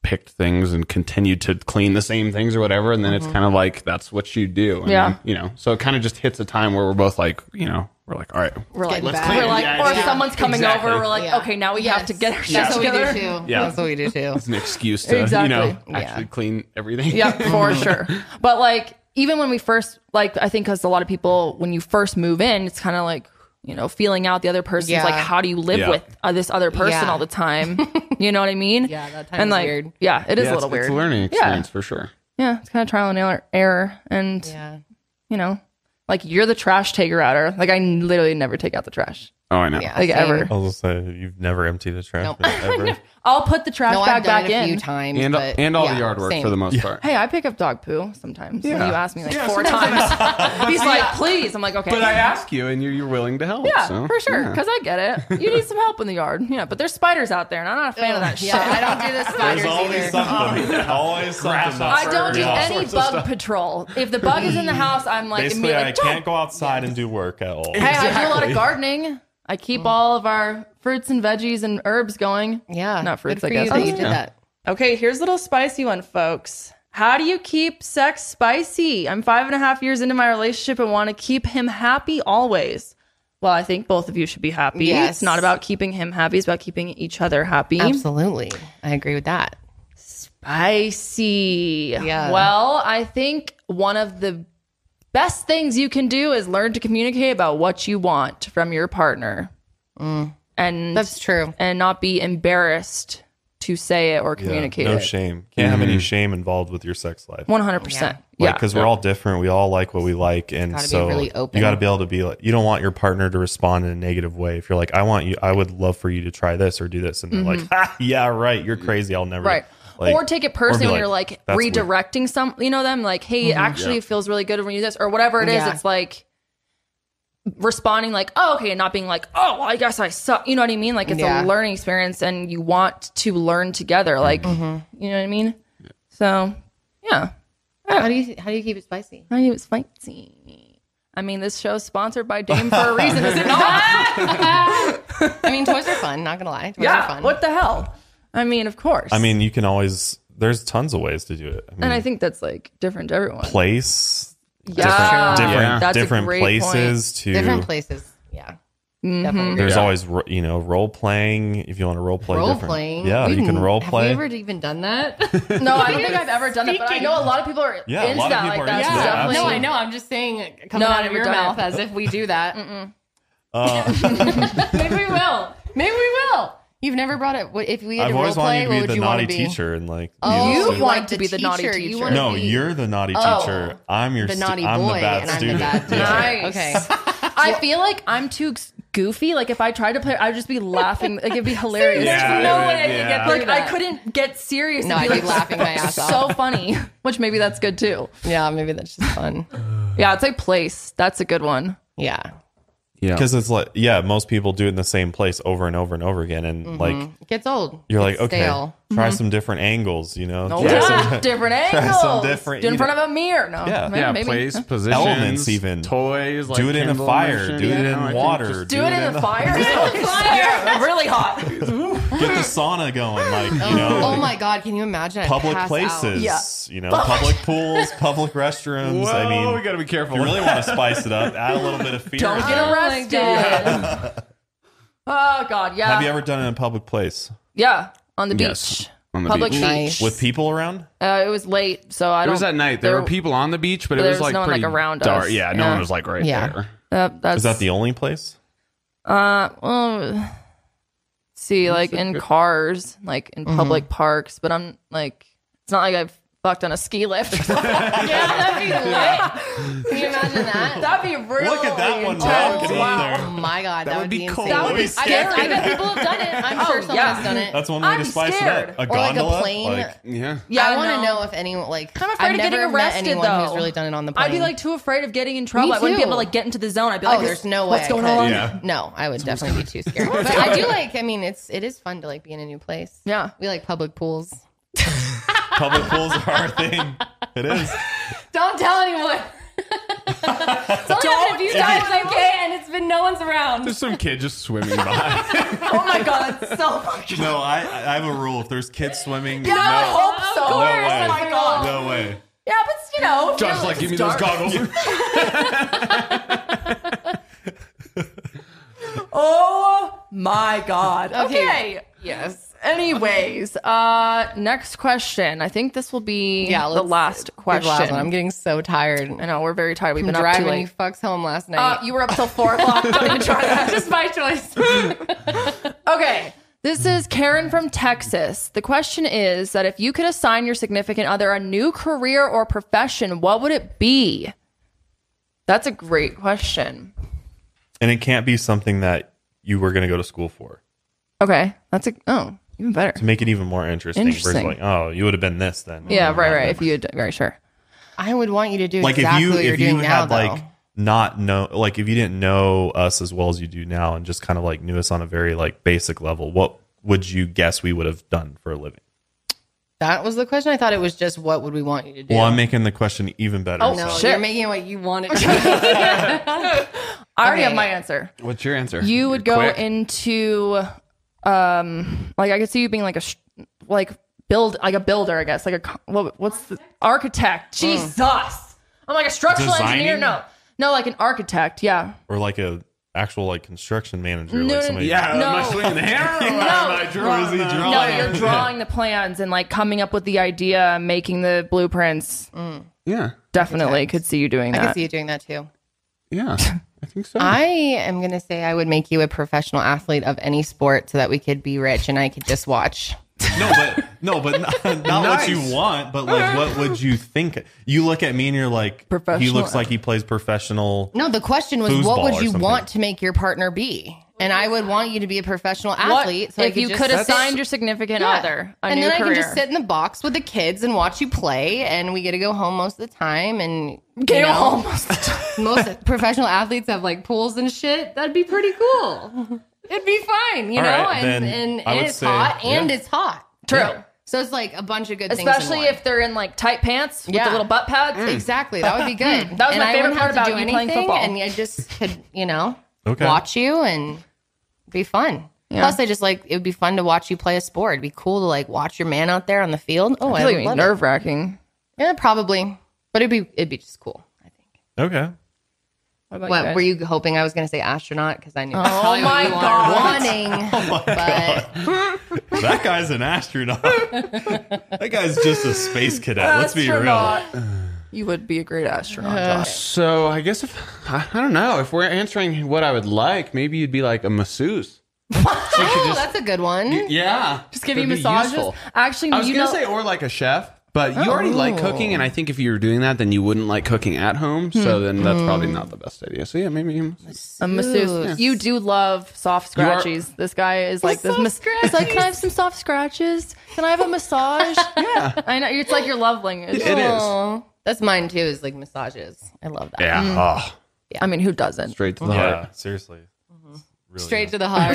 S5: picked things and continued to clean the same things or whatever, and then it's kind of like that's what you do. And
S4: Mm-hmm. Yeah.
S5: then, you know, so it kind of just hits a time where we're both like, you know, we're like, all right,
S4: We're like,
S2: Getting
S4: we're
S2: back.
S4: like,
S2: Yeah,
S5: yeah,
S4: or if
S5: yeah.
S4: someone's coming
S5: Exactly.
S4: over, we're like,
S2: Yeah.
S4: okay, now we have to get our shit
S2: That's
S4: together.
S2: what we do too.
S5: Yeah.
S2: That's what we do too.
S5: it's an excuse to
S4: Exactly.
S5: you know
S2: Yeah.
S5: actually clean everything.
S4: Yeah, for sure. But like, even when we first, like, I think because a lot of people, when you first move in, it's kind of like, you know, feeling out the other person's
S2: Yeah.
S4: like, how do you live
S5: Yeah.
S4: with uh, this other person
S2: Yeah.
S4: all the time? You know what I mean?
S2: Yeah, that time
S4: and
S2: was
S4: like,
S2: weird.
S4: yeah, it is
S5: Yeah,
S4: a
S5: it's,
S4: little weird.
S5: it's a learning experience for sure.
S4: Yeah, it's kind of trial and error, error and
S2: Yeah.
S4: you know, like you're the trash taker outer. Like I n- literally never take out the trash,
S5: Oh, I know.
S2: Yeah.
S4: like
S2: same.
S4: ever.
S1: I was gonna say you've never emptied a trash
S2: Nope.
S1: bin, ever.
S4: I'll put the trash
S2: No,
S4: bag
S2: I've done
S4: back
S2: it a few
S4: in.
S2: times.
S5: And
S2: but
S5: and all
S2: yeah,
S5: the yard work
S2: same.
S5: for the most part.
S4: Hey, I pick up dog poo sometimes. When
S5: Yeah.
S4: you ask me like four times, he's like, "Please," I'm like, "Okay."
S5: But I ask you, and you're you're willing to help.
S4: Yeah,
S5: so,
S4: for sure.
S5: yeah.
S4: Because I get it. You need some help in the yard. Yeah, but there's spiders out there, and I'm not a fan of that
S2: Yeah,
S4: shit.
S2: I don't do the spiders
S1: There's always
S2: either.
S1: something. Always something.
S4: I
S1: that's
S4: don't do
S1: hurting.
S4: any bug patrol. If the bug is in the house, I'm like
S1: Mm. Basically,
S4: immediately
S1: I
S4: like,
S1: can't
S4: don't.
S1: go outside and do work at all.
S4: Hey, I do a lot of gardening. I
S2: Mm.
S4: keep all of our fruits and veggies and herbs going.
S2: Yeah,
S4: Not fruits,
S2: good for
S4: I
S2: you that
S4: guess.
S2: you did that.
S4: Okay, here's a little spicy one, folks. How do you keep sex spicy? I'm five and a half years into my relationship and want to keep him happy always. Well, I think both of you should be happy.
S2: Yes.
S4: It's not about keeping him happy, it's about keeping each other happy.
S2: Absolutely, I agree with that.
S4: Spicy.
S2: Yeah.
S4: Well, I think one of the best things you can do is learn to communicate about what you want from your partner. And
S2: Mm. That's true.
S4: and not be embarrassed to say it or
S1: Yeah,
S4: communicate
S1: no
S4: it.
S1: shame. Can't have any shame involved with your sex life.
S4: One hundred percent.
S1: Like,
S4: Yeah.
S1: because we're all different. We all like what we like, and
S2: Gotta be
S1: so
S2: really open.
S1: you got to be able to be like. You don't want your partner to respond in a negative way. If you're like, I want you, I would love for you to try this or do this, and they're like, ha, Yeah, right. You're crazy. I'll never.
S4: right.
S1: Like,
S4: or take it
S1: or
S4: personally
S1: be
S4: when you're like
S1: "That's weird." Mm-hmm.
S4: redirecting some, you know, them like, hey, actually, it feels really good when you do this or whatever it is.
S2: Yeah.
S4: It's like responding like, oh, okay, and not being like, oh, well, I guess I suck. You know what I mean? Like it's
S2: Yeah.
S4: a learning experience, and you want to learn together. Like,
S1: Mm-hmm.
S4: you know what I mean? So, yeah,
S2: How do you how do you keep it spicy?
S4: I was spicy. I mean, this show's sponsored by Dame for a reason, is it not?
S2: I mean, toys are fun. Not gonna lie, toys are
S4: yeah.
S2: fun.
S4: What the hell? I mean, of course.
S1: I mean, you can always. There's tons of ways to do it. I mean,
S4: and I think that's like different to everyone.
S1: place
S4: Mm. yeah,
S1: different
S4: That's a
S1: different
S4: great
S1: places to
S2: Different places. Yeah,
S4: Mm-hmm.
S2: Definitely.
S1: There's
S5: Yeah.
S1: always ro- you know role playing if you want to role play.
S2: Role
S1: different-
S2: playing.
S1: Yeah,
S2: We've
S1: you can
S2: n-
S1: role play.
S2: Have we ever even done that?
S4: No, I don't think I've ever done it, but I
S2: Speaking.
S4: know a lot of people are
S1: Yeah, a
S4: into
S1: lot of
S4: that.
S1: people
S4: Like
S1: are
S4: that's
S1: into that,
S4: definitely.
S2: No, I know. I'm just saying, coming
S4: No,
S2: out
S4: I've
S2: of your
S4: never done
S2: mouth
S4: it.
S2: as if we do that.
S1: Uh,
S2: Maybe we will. Maybe we will. You've never brought it. What- If we had
S1: I've
S2: to role
S1: always wanted
S2: play,
S1: you
S2: what
S1: to be
S2: would
S1: the
S2: you want
S1: naughty
S2: to be?
S1: teacher and like
S2: Oh,
S1: you
S4: You
S1: know,
S2: you
S1: so-
S4: want
S2: like
S4: to be the naughty teacher.
S2: wanna
S1: no,
S2: be
S1: you're the naughty
S4: Oh.
S1: teacher. I'm your
S2: the
S1: stu-
S2: naughty
S1: I'm
S2: boy,
S1: the bad
S2: and
S1: student.
S2: I'm the bad teacher.
S1: Yeah.
S4: Nice.
S2: Okay.
S4: I feel like I'm too goofy. Like if I tried to play, I'd just be laughing. Like it'd be hilarious.
S5: Yeah,
S4: There's
S5: it
S4: no
S5: would,
S4: way I could
S5: yeah.
S4: get through
S5: Like,
S4: that.
S2: I
S4: I couldn't get serious.
S2: No,
S4: and
S2: I'd
S4: be
S2: be
S4: like,
S2: laughing my ass off.
S4: so funny. Which maybe that's good too.
S2: Yeah, maybe that's just fun.
S4: Yeah, it's like place. That's a good one.
S2: Yeah.
S5: Yeah.
S1: Because it's like yeah, most people do it in the same place over and over and over again, and like
S2: It gets old.
S1: you're like
S2: Gets
S1: okay,
S2: Mm-hmm. stale. Mm-hmm.
S1: try some different angles, you know,
S4: No,
S1: try
S4: yeah.
S1: some
S4: Ah, different
S1: some
S4: angles.
S1: different-
S4: Do it in
S1: you know-
S4: front of a mirror. No.
S1: Yeah.
S4: maybe-
S5: Yeah,
S4: maybe.
S5: place, positions,
S1: Elements even.
S5: toys. Like
S1: do it in a
S5: Kindle
S1: fire,
S5: immersion,
S1: do
S5: you
S1: it
S5: know, I
S1: in
S5: think
S1: water,
S5: just-
S4: Do it in the fire. Yeah, really hot.
S1: get the sauna going, like you know,
S2: Oh
S1: like
S2: my God. Can you imagine? I'd
S1: public
S2: pass out.
S1: places,
S4: Yeah.
S1: you know, public pools, public restrooms.
S5: Whoa,
S1: I mean,
S5: we gotta be careful.
S1: if you really want to spice it up, add a little bit of fear.
S4: Don't get
S2: my
S4: arrested. oh God. Yeah.
S1: Have you ever done it in a public place
S4: Yeah. On the beach.
S5: Yes, on the
S4: Public
S5: beach.
S4: beach.
S2: Nice.
S1: with people around?
S4: Uh, it was late, so I
S5: It
S4: don't.
S5: was that night. There, were people on the beach, but it
S4: there
S5: was
S4: was
S5: like
S4: no one, like,
S5: pretty
S4: around
S5: dark.
S4: us.
S5: Yeah, no
S4: Yeah.
S5: one was like right
S2: Yeah.
S5: there.
S4: Uh, that's,
S1: Is that the only place?
S4: Uh, well, let's see, like in cars, like in public parks, but I'm like, it's not like I've fucked on a ski lift. or something.
S2: Yeah, that'd be lit. Can you imagine that?
S4: That'd be really
S1: Look at that one
S4: intense.
S1: walking
S4: Wow.
S1: up
S2: Oh
S1: there.
S2: my God. That,
S5: would
S2: would
S5: be
S2: be,
S5: cold.
S2: insane.
S5: That would
S4: be
S2: I, bet, I
S4: scary.
S2: bet people have done it. I'm sure
S4: Oh,
S2: someone
S4: yeah.
S2: has done it.
S1: That's one way
S4: I'm
S1: to spice
S4: scared.
S1: it up. A
S2: or like a
S1: gondola.
S2: plane.
S1: like-
S5: Yeah.
S4: Yeah,
S2: I want to
S4: no.
S2: know if anyone like
S4: I'm afraid
S2: I've
S4: of getting
S2: never met
S4: arrested,
S2: anyone who's
S4: though.
S2: really done it on the plane.
S4: I'd be like too afraid of getting in trouble. I wouldn't be
S2: too.
S4: able to like get into the zone. I'd be
S2: oh,
S4: like,
S2: there's no way.
S4: What's
S2: I
S4: going
S2: could.
S4: on?
S5: Yeah.
S2: No, I would definitely be too scared. But I do like. I mean, it's it is fun to like be in a new place.
S4: Yeah.
S2: we like public pools.
S1: Public pools are our thing. It is.
S2: Don't tell anyone. Don't
S4: happened a few times,
S2: okay? And it's been no one's around.
S5: There's some kid just swimming by.
S4: Oh my god, that's so fucking.
S1: No, I, I have a rule. If there's kids swimming,
S4: Yeah, I
S1: no,
S4: hope so.
S1: no way.
S4: Oh my god.
S1: No way.
S4: Yeah, but you know,
S5: Josh, like,
S4: it's
S5: give me
S4: dark.
S5: those goggles.
S4: Oh my god.
S2: Okay.
S4: Okay. Yes. Anyways, uh next question. I think this will be
S2: Yeah,
S4: the
S2: let's-
S4: last
S2: Last
S4: question.
S2: one. I'm getting so tired.
S4: I know we're very tired. We've
S2: I'm
S4: been up too
S2: driving you
S4: late.
S2: fucks home last
S4: Uh,
S2: night.
S4: you were up till four o'clock. Don't even try that.
S2: just by choice.
S4: Okay. This is Karen from Texas. The question is that if you could assign your significant other a new career or profession, what would it be? That's a great question.
S1: And it can't be something that you were going to go to school for.
S4: Okay. That's a oh, even better.
S1: To make it even more interesting, where it's
S4: Interesting.
S1: like, oh, you would have been this then.
S4: Yeah, right, right. If you had right, sure.
S2: I would want you to do
S1: like if
S2: exactly
S1: you
S2: what you're
S1: if you
S2: doing now,
S1: had like
S2: though.
S1: not know like if you didn't know us as well as you do now and just kind of like knew us on a very like basic level what would you guess we would have done for a living
S2: That was the question. I thought it was just what would we want you to do. Oh,
S1: well i'm making the question even better
S2: no,
S1: so.
S4: shit.
S2: you're making it what you want it to be.
S4: I already
S2: Okay.
S4: have my answer.
S5: What's your answer?
S4: you would go
S5: Quick.
S4: into um like i could see you being like a sh- like build like a builder i guess like a co- what, what's the architect jesus i'm like a structural engineer
S1: Designing?
S4: no no like an architect yeah
S1: or like a actual like construction manager
S4: No,
S1: like
S4: no,
S1: somebody
S5: Yeah,
S4: No.
S5: am I swinging the hammer? Am I drawing
S1: Is he
S5: the-
S1: drawing?
S4: no you're drawing the plans and like coming up with the idea making the blueprints
S5: Yeah,
S4: definitely could see you doing
S2: Mm-hmm. I
S4: that
S2: can see you doing that too.
S5: yeah, I think so.
S2: I am going to say I would make you a professional athlete of any sport so that we could be rich and I could just watch.
S1: no but no but not, not what you want but like what would you think you look at me and you're like he
S4: Professional.
S1: looks like he plays professional
S2: No, the question was what
S1: Foosball
S2: would
S1: or
S2: you
S1: something.
S2: want to make your partner be? And I would want you to be a professional athlete. so I
S4: if you
S2: just
S4: could
S2: sit-
S4: assign your significant other a
S2: and
S4: new
S2: then
S4: career
S2: I can just sit in the box with the kids and watch you play, and we get to go home most of the time. And
S4: Get
S2: you know,
S4: home most of the time.
S2: most professional athletes have like pools and shit. That'd be pretty cool. It'd be fine, you
S1: All
S2: know.
S1: right, then
S2: and and,
S1: I
S2: and
S1: would
S2: it's
S1: say-
S2: hot, and
S1: yeah.
S2: it's hot.
S4: True.
S2: So it's like a bunch of good things. in
S4: especially
S2: one.
S4: if they're in like tight pants with
S2: Yeah.
S4: the little butt pads
S1: Hmm.
S2: Mm. exactly that would be good.
S4: That was
S2: And
S4: my
S2: I
S4: favorite
S2: wouldn't have
S4: part
S2: to
S4: about
S2: do
S4: you playing
S2: anything,
S4: football.
S2: And I just could, you know,
S1: Okay.
S2: watch you and be fun. Plus, I just like it would be fun to watch you play a sport. It'd be cool to like watch your man out there on the field. Oh, I,
S4: I feel like
S2: would
S4: it'd be
S2: love it.
S4: nerve wracking.
S2: Yeah, probably. But it'd be it'd be just cool. I think.
S1: okay
S4: What about
S2: What
S4: you guys?
S2: were you hoping I was going to say astronaut? Because I knew. that's
S4: Oh
S2: probably what Oh
S4: my
S2: you were
S4: God.
S2: Wanting, but
S1: That guy's an astronaut. that guy's just a space cadet. Let's be real.
S4: Astronaut. You would be a great astronaut, Josh.
S5: So I guess if I, I don't know if we're answering what I would like, maybe you'd be like a masseuse. So you could
S2: oh,
S5: just-
S2: that's a good one.
S5: yeah,
S4: Just give you
S5: That'd be
S4: massages.
S5: useful.
S4: Actually,
S5: I was
S4: you
S5: gonna
S4: know,
S5: say or like a chef, but you already like cooking, and I think if you were doing that, then you wouldn't like cooking at home. So then that's probably not the best idea. So yeah, maybe a masseuse.
S4: a masseuse. You do love soft
S5: You are-
S4: scratchies. this guy is like this.
S2: soft
S4: Mas- it's like, can I have some soft scratches? Can I have a massage? yeah, I know. It's like your love language.
S5: it is
S2: Aw. Oh, That's mine too. Is like massages. I love that.
S1: Yeah. Oh,
S4: I mean, who doesn't?
S5: straight to the
S1: yeah.
S5: heart.
S1: Seriously. Really
S2: Straight to the heart.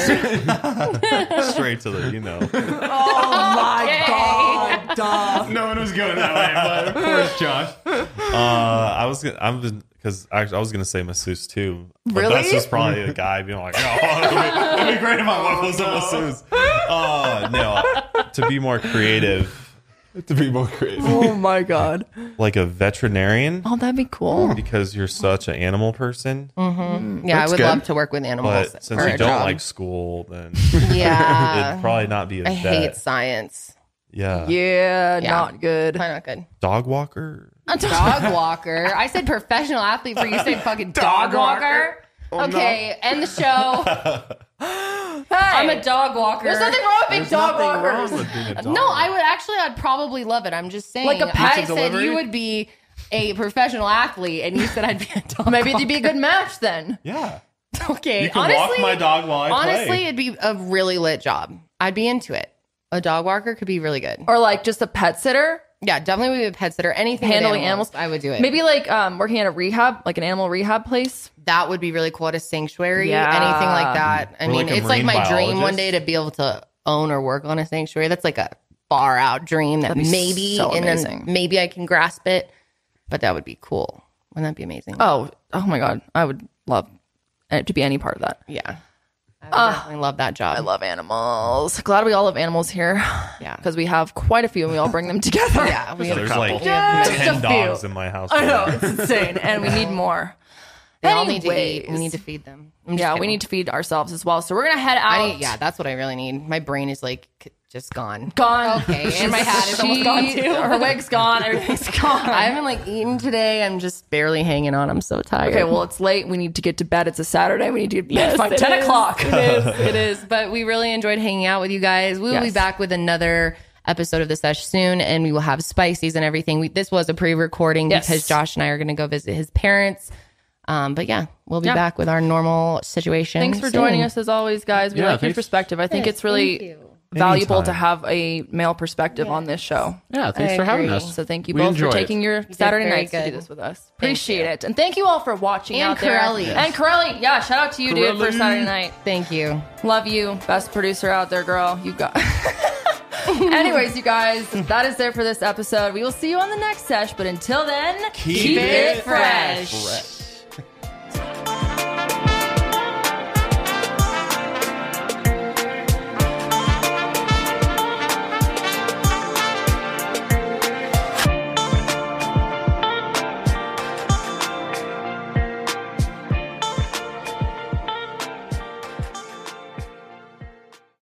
S1: nice. straight to the you know.
S2: Oh
S5: No one was going that way, but of course, Josh.
S1: Uh, I was gonna, I'm because I, I was gonna say masseuse too. But
S4: Really?
S1: That's just probably a guy being like, no, it'd be, it'd be great if my wife was
S5: Oh,
S1: a masseuse. Uh, no, to be more creative,
S5: To be more creative.
S4: Oh my god.
S1: like a veterinarian,
S4: Oh, that'd be cool.
S1: because you're such an animal person.
S2: Yeah, I
S5: That's
S2: would
S5: good.
S2: love to work with animals.
S1: But since
S2: Mm. for
S1: you
S2: a
S1: don't
S2: job.
S1: like school, then
S2: yeah,
S1: it'd probably not be a
S2: I
S1: vet.
S2: hate science.
S1: yeah.
S4: Yeah,
S2: Yeah.
S4: not good.
S2: Probably not good.
S1: dog walker.
S2: A dog walker. I said professional athlete, but you said fucking dog, walker. Oh, okay, end the show. I'm a dog walker. There's nothing wrong with being dog walkers. No, I would actually. I'd probably love it. I'm just saying.
S4: Like a
S2: I
S4: pizza
S2: said
S4: delivery?
S2: you would be a professional athlete, and you said I'd be a dog.
S4: Maybe it'd be a good match then.
S1: Yeah.
S2: Okay,
S1: You can walk
S2: honestly,
S1: my dog while I
S2: honestly,
S1: play.
S2: it'd be a really lit job. I'd be into it. A dog walker could be really good.
S4: Or like just a pet sitter.
S2: Yeah, definitely would be a pet sitter. Anything with
S4: Handling
S2: animals,
S4: animals.
S2: I would do it.
S4: Maybe like um, working at a rehab, like an animal rehab place.
S2: that would be really cool at a sanctuary,
S4: Yeah.
S2: anything like that. I
S1: Or
S2: mean,
S1: like a
S2: it's like my
S1: marine
S2: dream one
S1: biologist.
S2: day to be able to own or work on a sanctuary. That's like a far out dream that
S4: That'd be
S2: maybe
S4: so
S2: and then
S4: amazing.
S2: maybe I can grasp it, but that would be cool. Wouldn't that be amazing?
S4: Oh, oh my god, I would love it to be any part of that.
S2: yeah. I would definitely love that job.
S4: I love animals. Glad we all love animals here.
S2: Yeah.
S4: Because we have quite a few and we all bring them together.
S2: yeah, we
S1: There's like
S2: We have
S4: Just a
S1: ten
S4: few.
S1: dogs in my house.
S4: I know. It's insane. And we need more.
S2: they all need to eat. We
S4: Anyways.
S2: need to feed them. I'm just
S4: Yeah, we
S2: kidding.
S4: need to feed ourselves as well. So we're going to head out.
S2: I need, yeah, that's what I really need. My brain is like c- just gone.
S4: Gone.
S2: Okay, and my hat is almost gone too.
S4: Her wig's gone. Everything's gone.
S2: I haven't like eaten today. I'm just barely hanging on. I'm so tired.
S4: okay, well, it's late. We need to get to bed. It's a Saturday. We need to get to bed by 10 o'clock.
S2: it is. But we really enjoyed hanging out with you guys. We will be
S4: Yes.
S2: back with another episode of the sesh soon, and we will have spices and everything. We, this was a pre-recording
S4: Yes.
S2: because Josh and I are going to go visit his parents. Um, but yeah, we'll be
S4: Yeah.
S2: back with our normal situation.
S4: Thanks for
S2: soon.
S4: joining us as always, guys. We
S5: Yeah,
S4: like your
S5: thanks.
S4: perspective. I think
S2: Yes,
S4: it's really
S2: thank you.
S4: valuable to
S1: Anytime.
S4: have a male perspective on this show.
S5: Yeah, thanks
S2: I
S5: for having
S2: agree.
S5: us.
S4: So thank you
S5: We
S4: both for
S5: enjoy it.
S4: taking your Saturday
S2: very
S4: nights to
S2: good.
S4: do this with us. Appreciate it. And thank you all for watching
S2: And
S4: out there.
S2: Corelli.
S4: And Corelli. Yeah, shout out to you, dude, for
S5: Corelli.
S4: Saturday night.
S2: Thank you.
S4: Love you. Best producer out there, girl. You got Anyways, you guys, that is there for this episode. We will see you on the next sesh, but until then,
S1: Keep
S2: it fresh.
S1: Correct.